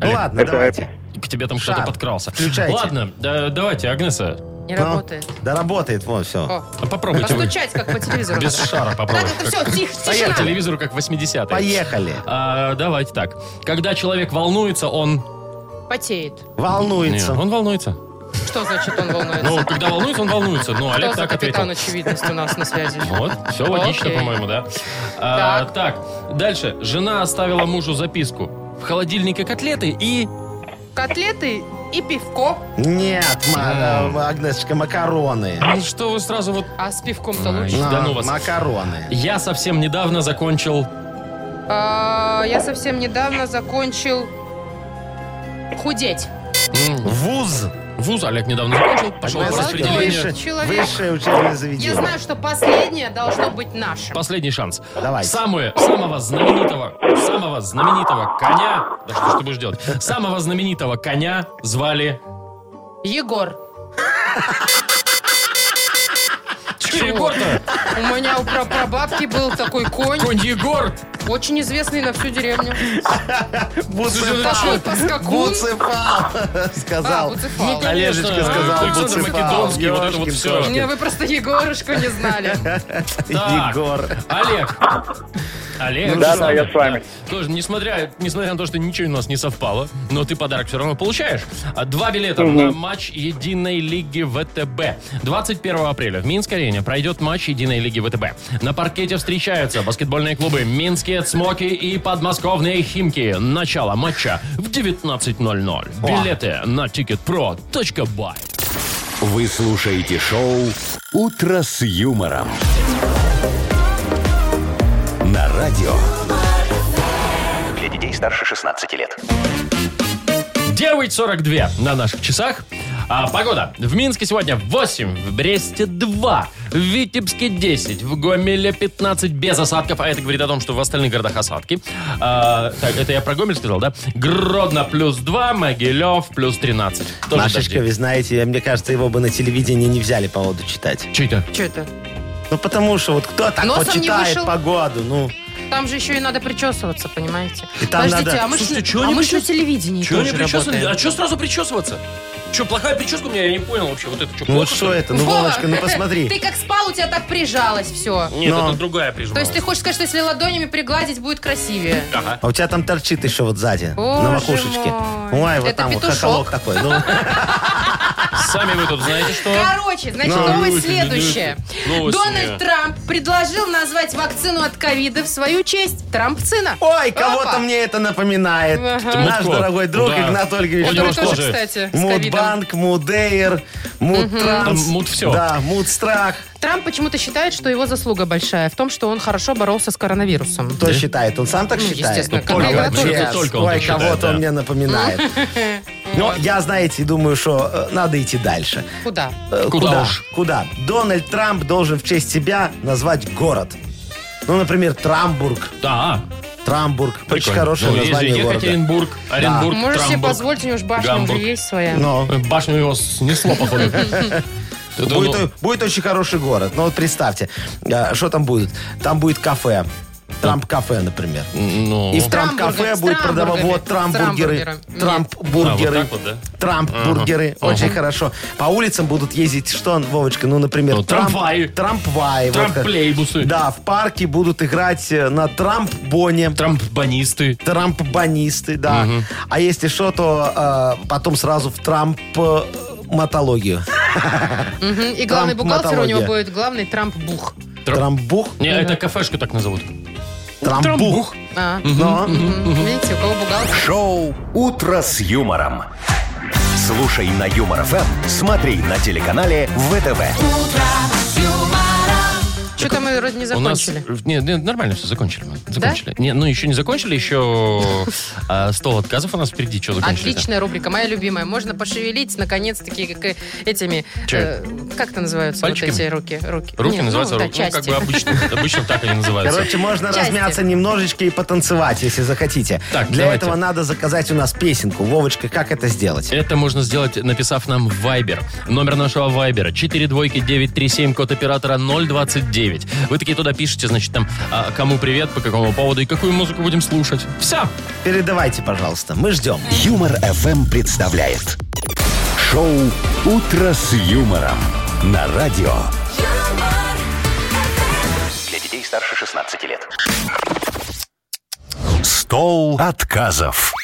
Speaker 4: Ну ладно,
Speaker 11: Это-
Speaker 4: давайте.
Speaker 2: К тебе там
Speaker 4: Шар.
Speaker 2: кто-то подкрался.
Speaker 4: Включайте.
Speaker 2: Ладно, да, давайте, Агнеса,
Speaker 3: Не
Speaker 4: Ну,
Speaker 3: работает.
Speaker 4: Да работает, вот все.
Speaker 3: О,
Speaker 2: а попробуйте вы.
Speaker 3: постучать, как по телевизору.
Speaker 2: Без
Speaker 3: надо.
Speaker 2: шара
Speaker 3: Так,
Speaker 2: попробуйте.
Speaker 3: это все, тихо,
Speaker 2: По
Speaker 3: тишина.
Speaker 2: телевизору как 80-е.
Speaker 4: Поехали.
Speaker 2: А, давайте так. Когда человек волнуется, он...
Speaker 3: Потеет.
Speaker 2: Не, ну.
Speaker 4: Волнуется.
Speaker 2: он волнуется.
Speaker 3: Что значит он волнуется?
Speaker 2: Ну, когда волнуется, он волнуется. Ну,
Speaker 3: Кто
Speaker 2: Олег
Speaker 3: за
Speaker 2: так ответил.
Speaker 3: капитан очевидность у нас на связи?
Speaker 2: Вот, все логично,
Speaker 3: Окей.
Speaker 2: по-моему, да. А, так, дальше. Жена оставила мужу записку. В холодильнике котлеты и...
Speaker 3: Котлеты и пивко.
Speaker 4: Нет, ма- э, Агнесочка, макароны.
Speaker 2: Ну, Что вы сразу вот...
Speaker 3: А с пивком-то
Speaker 2: Ай.
Speaker 3: лучше.
Speaker 2: Да
Speaker 4: На,
Speaker 2: ну вас.
Speaker 4: Макароны.
Speaker 2: Я совсем недавно закончил...
Speaker 3: А, Я совсем недавно закончил худеть.
Speaker 2: М,
Speaker 4: Вуз.
Speaker 2: Вуз Олег недавно закончил, пошел по
Speaker 4: Агнесочка,
Speaker 2: распределению.
Speaker 4: выше-
Speaker 3: Человек.
Speaker 4: А Высшее учебное
Speaker 3: Я
Speaker 4: заведение.
Speaker 3: знаю, что последнее должно быть нашим.
Speaker 2: Последний шанс.
Speaker 4: Давайте.
Speaker 2: Самое, самого знаменитого, самого знаменитого коня... Да что ж ты будешь делать? Самого знаменитого коня звали...
Speaker 3: Егор,
Speaker 2: Чё, Егор-то?
Speaker 3: у меня у прапрабабки был такой конь,
Speaker 2: Конь Егор!
Speaker 3: очень известный на всю деревню.
Speaker 4: Буцефал.
Speaker 3: Такой поскакун.
Speaker 4: Буцефал.
Speaker 3: А,
Speaker 4: Сказал.
Speaker 3: Буцефал.
Speaker 4: Олежечка
Speaker 2: Конечно,
Speaker 4: сказал,
Speaker 2: Александр
Speaker 4: Буцефал.
Speaker 2: Македонский, вот это вот
Speaker 4: Ёшкин
Speaker 2: все.
Speaker 4: кошкин.
Speaker 3: Не, вы просто Егорушку не знали.
Speaker 2: Так.
Speaker 4: Егор.
Speaker 2: Олег. Олег.
Speaker 11: Ну, Да,
Speaker 2: Александр,
Speaker 11: да, я с вами.
Speaker 2: да. Тоже, несмотря, несмотря на то, что ничего у нас не совпало, но ты подарок все равно получаешь. А, Два билета на матч Единой Лиги ВТБ. 21 апреля в Минск-арене пройдет матч Единой Лиги ВТБ. На паркете встречаются баскетбольные клубы «Минские Цмоки» и «Подмосковные Химки». Начало матча в 19.00. Билеты на ticketpro.by.
Speaker 1: Вы слушаете шоу «Утро с юмором». На радио.
Speaker 6: Для детей старше 16 лет.
Speaker 2: 9.42 на наших часах. А, погода. В Минске сегодня 8, в Бресте 2, в Витебске 10, в Гомеле 15 без осадков. А это говорит о том, что в остальных городах осадки. А, так, это я про Гомель сказал, да? Гродно плюс 2, Могилев плюс 13. Тоже
Speaker 4: Машечка,
Speaker 2: дожди.
Speaker 4: вы знаете, мне кажется, его бы на телевидении не взяли погоду читать.
Speaker 2: Че это?
Speaker 3: Че это?
Speaker 4: Ну, потому что вот кто так
Speaker 3: Носом
Speaker 4: вот
Speaker 3: не
Speaker 4: читает
Speaker 3: вышел?
Speaker 4: погоду, ну...
Speaker 3: Там же еще и надо причесываться, понимаете?
Speaker 4: И там
Speaker 3: Подождите,
Speaker 4: надо-
Speaker 3: а мы ж-
Speaker 2: Слушайте, чё
Speaker 3: а
Speaker 2: они
Speaker 3: мы ж на
Speaker 2: причес-
Speaker 3: телевидении
Speaker 2: Че не
Speaker 3: тоже
Speaker 2: причесывать?
Speaker 3: работаем.
Speaker 2: А че сразу причесываться? Че, плохая прическа у меня? Я не понял вообще. Вот это что,
Speaker 4: Ну вот что это? Ну,
Speaker 3: Вова,
Speaker 4: Вовочка, ну посмотри.
Speaker 3: Ты как спал, у тебя так прижалось все.
Speaker 2: Нет,
Speaker 4: Но.
Speaker 2: это другая прижималась.
Speaker 3: То есть ты хочешь сказать, что если ладонями пригладить, будет красивее?
Speaker 2: Ага.
Speaker 4: А у тебя там торчит еще вот сзади,
Speaker 3: Боже
Speaker 4: на макушечке.
Speaker 3: мой.
Speaker 4: Ой, вот
Speaker 3: Это
Speaker 4: там вот
Speaker 3: петушок.
Speaker 4: хохолок такой. Ну,
Speaker 2: Сами вы тут знаете, что...
Speaker 3: Короче, значит,
Speaker 4: Ну,
Speaker 3: новость
Speaker 2: новости,
Speaker 3: следующая.
Speaker 2: новости.
Speaker 3: Дональд Трамп предложил назвать вакцину от ковида в свою честь. Трампцина.
Speaker 4: Ой,
Speaker 3: Опа.
Speaker 4: кого-то мне это напоминает.
Speaker 3: Ага.
Speaker 4: Наш
Speaker 2: Мутко.
Speaker 4: дорогой друг
Speaker 2: Да.
Speaker 4: Игнат Ольгович.
Speaker 2: Он
Speaker 3: Который
Speaker 2: Девушка
Speaker 3: тоже,
Speaker 2: тоже.
Speaker 3: кстати, с ковидом.
Speaker 4: Мудбанк, Мудейр, Мудтранс.
Speaker 2: Там мут всё.
Speaker 4: Да, Мудстрах.
Speaker 3: Трамп почему-то считает, что его заслуга большая в том, что он хорошо боролся с коронавирусом.
Speaker 4: Кто считает? Он сам так
Speaker 3: Ну,
Speaker 4: считает?
Speaker 3: естественно,
Speaker 4: Ну,
Speaker 3: как
Speaker 4: молодец.
Speaker 2: Игнат Ольгович. Только он
Speaker 4: Ой,
Speaker 2: так считает,
Speaker 4: кого-то
Speaker 2: да.
Speaker 4: он мне напоминает. Но я, знаете, думаю, что э, надо идти дальше.
Speaker 3: Куда?
Speaker 4: Э,
Speaker 2: Куда
Speaker 4: Куда?
Speaker 2: уж?
Speaker 4: Куда? Дональд Трамп должен в честь себя назвать город. Ну, например, Трамбург.
Speaker 2: Да,
Speaker 4: Трамбург. Очень
Speaker 2: прикольно.
Speaker 4: хорошее
Speaker 2: Ну, есть же
Speaker 4: название города.
Speaker 2: Екатеринбург, Оренбург,
Speaker 3: Можешь себе
Speaker 2: Трамбург.
Speaker 3: позволить, у него же башня
Speaker 2: Гамбург.
Speaker 3: уже есть своя.
Speaker 4: Но
Speaker 2: Э, Башню его снесло, походу. Это,
Speaker 4: будет,
Speaker 2: ну,
Speaker 4: о- будет очень хороший город. Ну, вот представьте, э, что там будет? Там будет кафе. Трамп-кафе, например.
Speaker 2: ну.
Speaker 4: И в Трамп-кафе
Speaker 3: Трамбургер- с
Speaker 4: будет продавать вот
Speaker 3: трамбургерами.
Speaker 4: трамбургеры,
Speaker 3: С
Speaker 4: трамп-бургеры,
Speaker 2: А, вот так вот, да?
Speaker 4: трамп-бургеры. Очень хорошо. По улицам будут ездить, что, Вовочка, ну, например,
Speaker 2: Ну,
Speaker 4: трамп-
Speaker 2: трамваи.
Speaker 4: Трампваи. вот как.
Speaker 2: Трамплейбусы.
Speaker 4: Да, в парке будут играть э, на трамп-боне.
Speaker 2: Трампбанисты.
Speaker 4: Трампбанисты, да. А если что, то э, потом сразу в э, трампматологию.
Speaker 3: Мгм. И главный бухгалтер у него
Speaker 4: Трамп-матология.
Speaker 3: будет главный Трамп-бух.
Speaker 2: Трамп-
Speaker 4: Трамбух?
Speaker 2: Не, это кафешку так назовут.
Speaker 4: Трамбух.
Speaker 3: А,
Speaker 4: Но
Speaker 3: мгм. Видите, у кого бухгалтер?
Speaker 1: Шоу «Утро с юмором». Слушай на Юмор ФМ, смотри на телеканале ВТВ.
Speaker 3: Что-то мы вроде не закончили.
Speaker 2: У нас... Нет, нет, нормально все, закончили мы. Закончили. Не, ну еще не закончили, еще а, стол отказов у нас впереди. Что закончили?
Speaker 3: Отличная рубрика, моя любимая. Можно пошевелить, наконец-таки, как и этими... э,
Speaker 2: Че?
Speaker 3: как это называются
Speaker 2: Пальчиками?
Speaker 3: вот эти руки? Руки,
Speaker 2: Руки
Speaker 3: Не,
Speaker 2: называются
Speaker 3: ну, да,
Speaker 2: руки. Ну, как
Speaker 3: части.
Speaker 2: бы обычно, обычно так они называются.
Speaker 4: Короче, можно
Speaker 3: Части.
Speaker 4: размяться немножечко и потанцевать, если захотите.
Speaker 2: Так,
Speaker 4: Для
Speaker 2: давайте.
Speaker 4: этого надо заказать у нас песенку. Вовочка, как это сделать?
Speaker 2: Это можно сделать, написав нам в Viber. Номер нашего Viber 42937, код оператора 029. Вы такие туда пишете, значит, там, а, кому привет, по какому поводу и какую музыку будем слушать. Все.
Speaker 4: Передавайте, пожалуйста. Мы ждем.
Speaker 1: Юмор ФМ представляет. Шоу «Утро с юмором» на радио.
Speaker 6: Для детей старше 16 лет.
Speaker 1: Стол отказов.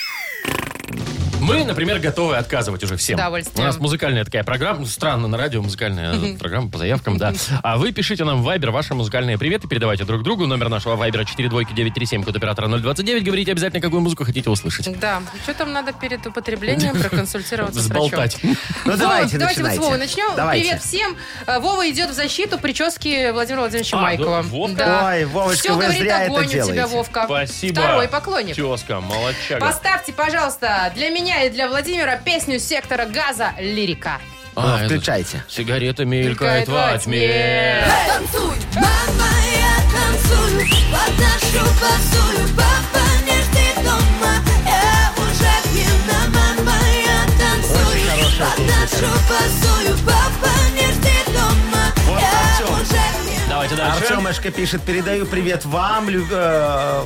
Speaker 2: Мы, например, готовы отказывать уже всем.
Speaker 3: С удовольствием.
Speaker 2: У нас музыкальная такая программа. Ну, Странно, на радио музыкальная э, программа по заявкам, да. А вы пишите нам в Viber ваши музыкальные приветы, передавайте друг другу. Номер нашего Viber 42937, код оператора 029. Говорите обязательно, какую музыку хотите услышать.
Speaker 3: Да, что там надо перед употреблением проконсультироваться с врачом.
Speaker 2: Сболтать.
Speaker 4: Ну,
Speaker 3: Вова, давайте
Speaker 4: давайте,
Speaker 3: вот с
Speaker 4: начинайте.
Speaker 3: Вовой начнем.
Speaker 4: Давайте.
Speaker 3: Привет всем. Э, Вова идет в защиту прически Владимира Владимировича
Speaker 2: А,
Speaker 3: Майкова.
Speaker 2: да, вот
Speaker 4: Ой, Вовочка,
Speaker 3: Все
Speaker 4: вы
Speaker 3: говорит
Speaker 4: зря это
Speaker 3: огонь у тебя,
Speaker 4: делаете.
Speaker 3: Вовка.
Speaker 2: Спасибо.
Speaker 3: Второй поклонник.
Speaker 2: Тезка, молодчага.
Speaker 3: Поставьте, пожалуйста, для меня и для Владимира песню сектора газа «Лирика».
Speaker 4: Ну,
Speaker 2: А, это-
Speaker 4: Включайте.
Speaker 2: Сигарета мелькает во тьме.
Speaker 7: Танцуй, мама, я танцую, подношу посую, папа, не жди дома, я уже пьяна, мама, я танцую, подношу посую, папа, не жди дома, я
Speaker 4: Артём.
Speaker 7: уже пьяна.
Speaker 2: Давайте дальше.
Speaker 4: Артемашка пишет, передаю привет вам, лю-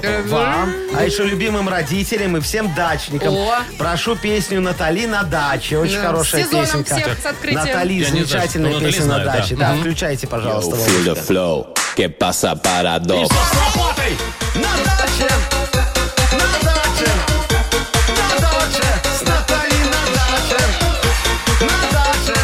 Speaker 4: э, вам, а еще любимым родителям и всем дачникам.
Speaker 3: О.
Speaker 4: Прошу песню Натали на даче. Очень
Speaker 3: Ну,
Speaker 4: хорошая
Speaker 3: с сезоном
Speaker 4: песенка.
Speaker 3: всех с открытием.
Speaker 4: Натали,
Speaker 2: Я не знаю,
Speaker 4: замечательная
Speaker 2: ну, Натали
Speaker 4: песня
Speaker 2: знаю,
Speaker 4: на
Speaker 2: да.
Speaker 4: даче. Да,
Speaker 2: Мгм.
Speaker 4: включайте, пожалуйста.
Speaker 8: Full of
Speaker 4: Вовочка.
Speaker 8: flow. Que pasa parado?
Speaker 2: Работай!
Speaker 4: На даче, на даче, на даче, с Натальей на даче, на даче,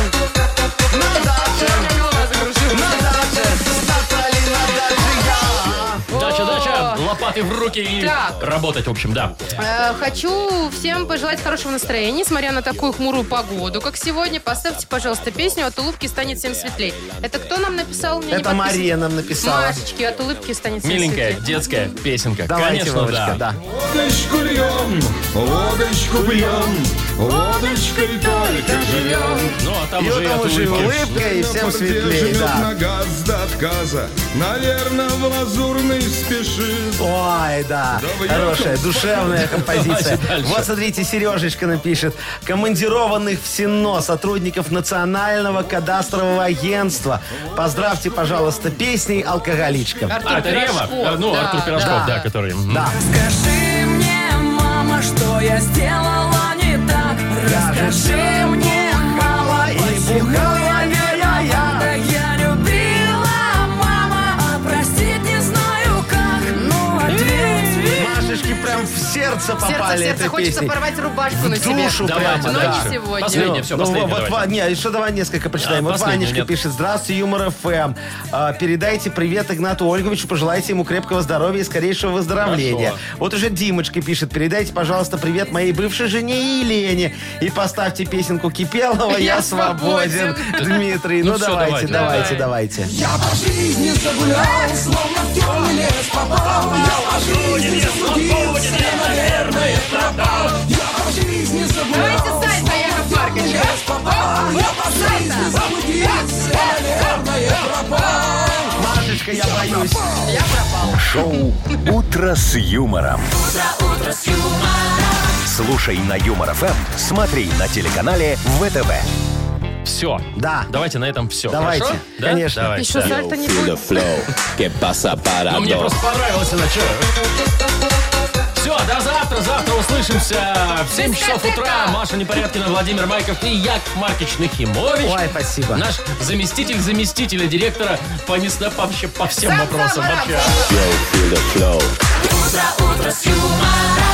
Speaker 4: на даче, на даче, с Натальей на даче я.
Speaker 2: Дача, дача, лопаты в руки и
Speaker 3: Так.
Speaker 2: работать, в общем, да.
Speaker 3: Э, Хочу всем пожелать хорошего настроения, несмотря на такую хмурую погоду, как сегодня. Поставьте, пожалуйста, песню «От улыбки станет всем светлей». Это кто нам написал? Мне не
Speaker 4: Это
Speaker 3: подписано.
Speaker 4: Мария нам написала.
Speaker 3: Машечки, «От улыбки станет всем
Speaker 2: Миленькая
Speaker 3: светлей».
Speaker 2: детская песенка.
Speaker 4: Давайте,
Speaker 2: Конечно,
Speaker 4: Вовочка,
Speaker 2: да.
Speaker 12: Водочку льем, водочку пьем, водочкой только живем.
Speaker 2: Ну, а там
Speaker 4: И
Speaker 12: уже
Speaker 4: вот там
Speaker 12: от
Speaker 4: уже и
Speaker 12: улыбки.
Speaker 4: улыбка, и
Speaker 12: На
Speaker 4: всем
Speaker 12: борде
Speaker 4: светлее,
Speaker 12: живет
Speaker 4: да.
Speaker 12: на газ до отказа, наверное, в лазурный спешит.
Speaker 4: Ой, да, хорошая, душевная композиция.
Speaker 12: Давайте дальше.
Speaker 4: Вот смотрите, Сережечка напишет. Командированных в СИНО сотрудников Национального кадастрового агентства. Поздравьте, пожалуйста, песней алкоголичка.
Speaker 2: А, это Рева? Да, Ну, Артур Пирожков, да, который... м.
Speaker 7: Расскажи мне, мама, что я сделала не так. Расскажи мне, мама, почему я виновата. Я любила, мама, а простить не знаю как. Ну, ответь.
Speaker 4: Машечки прям в сердце
Speaker 3: В сердце, в
Speaker 4: попали
Speaker 3: сердце
Speaker 4: этой
Speaker 3: хочется
Speaker 4: песней.
Speaker 3: порвать рубашку на
Speaker 4: В
Speaker 3: себе.
Speaker 4: душу
Speaker 3: Но
Speaker 4: прямо, да.
Speaker 3: не сегодня.
Speaker 2: Последнее, всё, последнее
Speaker 4: Ну, вот,
Speaker 2: давайте.
Speaker 4: Ва- не, еще давай несколько прочитаем.
Speaker 2: А,
Speaker 4: вот
Speaker 2: последнее,
Speaker 4: Ванечка
Speaker 2: нет.
Speaker 4: пишет. Здравствуйте, Юмор ФМ. А, передайте привет Игнату Ольговичу, пожелайте ему крепкого здоровья и скорейшего выздоровления.
Speaker 2: Хорошо.
Speaker 4: Вот уже Димочка пишет. Передайте, пожалуйста, привет моей бывшей жене Елене. И поставьте песенку Кипелова «Я
Speaker 7: Я
Speaker 4: свободен». Дмитрий, ну
Speaker 7: Ну всё,
Speaker 4: давайте,
Speaker 7: давайте,
Speaker 4: давайте, давайте.
Speaker 7: Я по жизни загулял, словно в темный лес попал. Я по жизни заблудился, я, наверное, пропал. Я по жизни загулял,
Speaker 3: Давайте сайт на Яков Маркович.
Speaker 7: лес попал. Я по жизни заблудился, я, наверное, пропал.
Speaker 4: Машечка, я боюсь.
Speaker 7: Я пропал.
Speaker 1: Шоу «Утро с юмором».
Speaker 7: Утро, утро с юмором.
Speaker 1: Слушай на Юмор ФМ, смотри на телеканале ВТВ.
Speaker 2: Все.
Speaker 4: Да.
Speaker 2: Давайте на этом все.
Speaker 1: Давайте,
Speaker 2: Хорошо? Да?
Speaker 1: конечно.
Speaker 2: Давайте,
Speaker 3: Еще
Speaker 2: да.
Speaker 3: сальто не будет.
Speaker 2: Ну, мне просто понравилось она, чё? Все, до завтра. Завтра услышимся в 7 часов утра. Маша Непорядкина, Владимир Майков и Яков Маркич Нахимович.
Speaker 4: Ой, спасибо.
Speaker 2: Наш заместитель заместителя директора по, несно- по вообще- по всем
Speaker 7: Сам
Speaker 2: вопросам.
Speaker 7: Самара.
Speaker 2: Вообще.
Speaker 7: Утро, утро с юмором.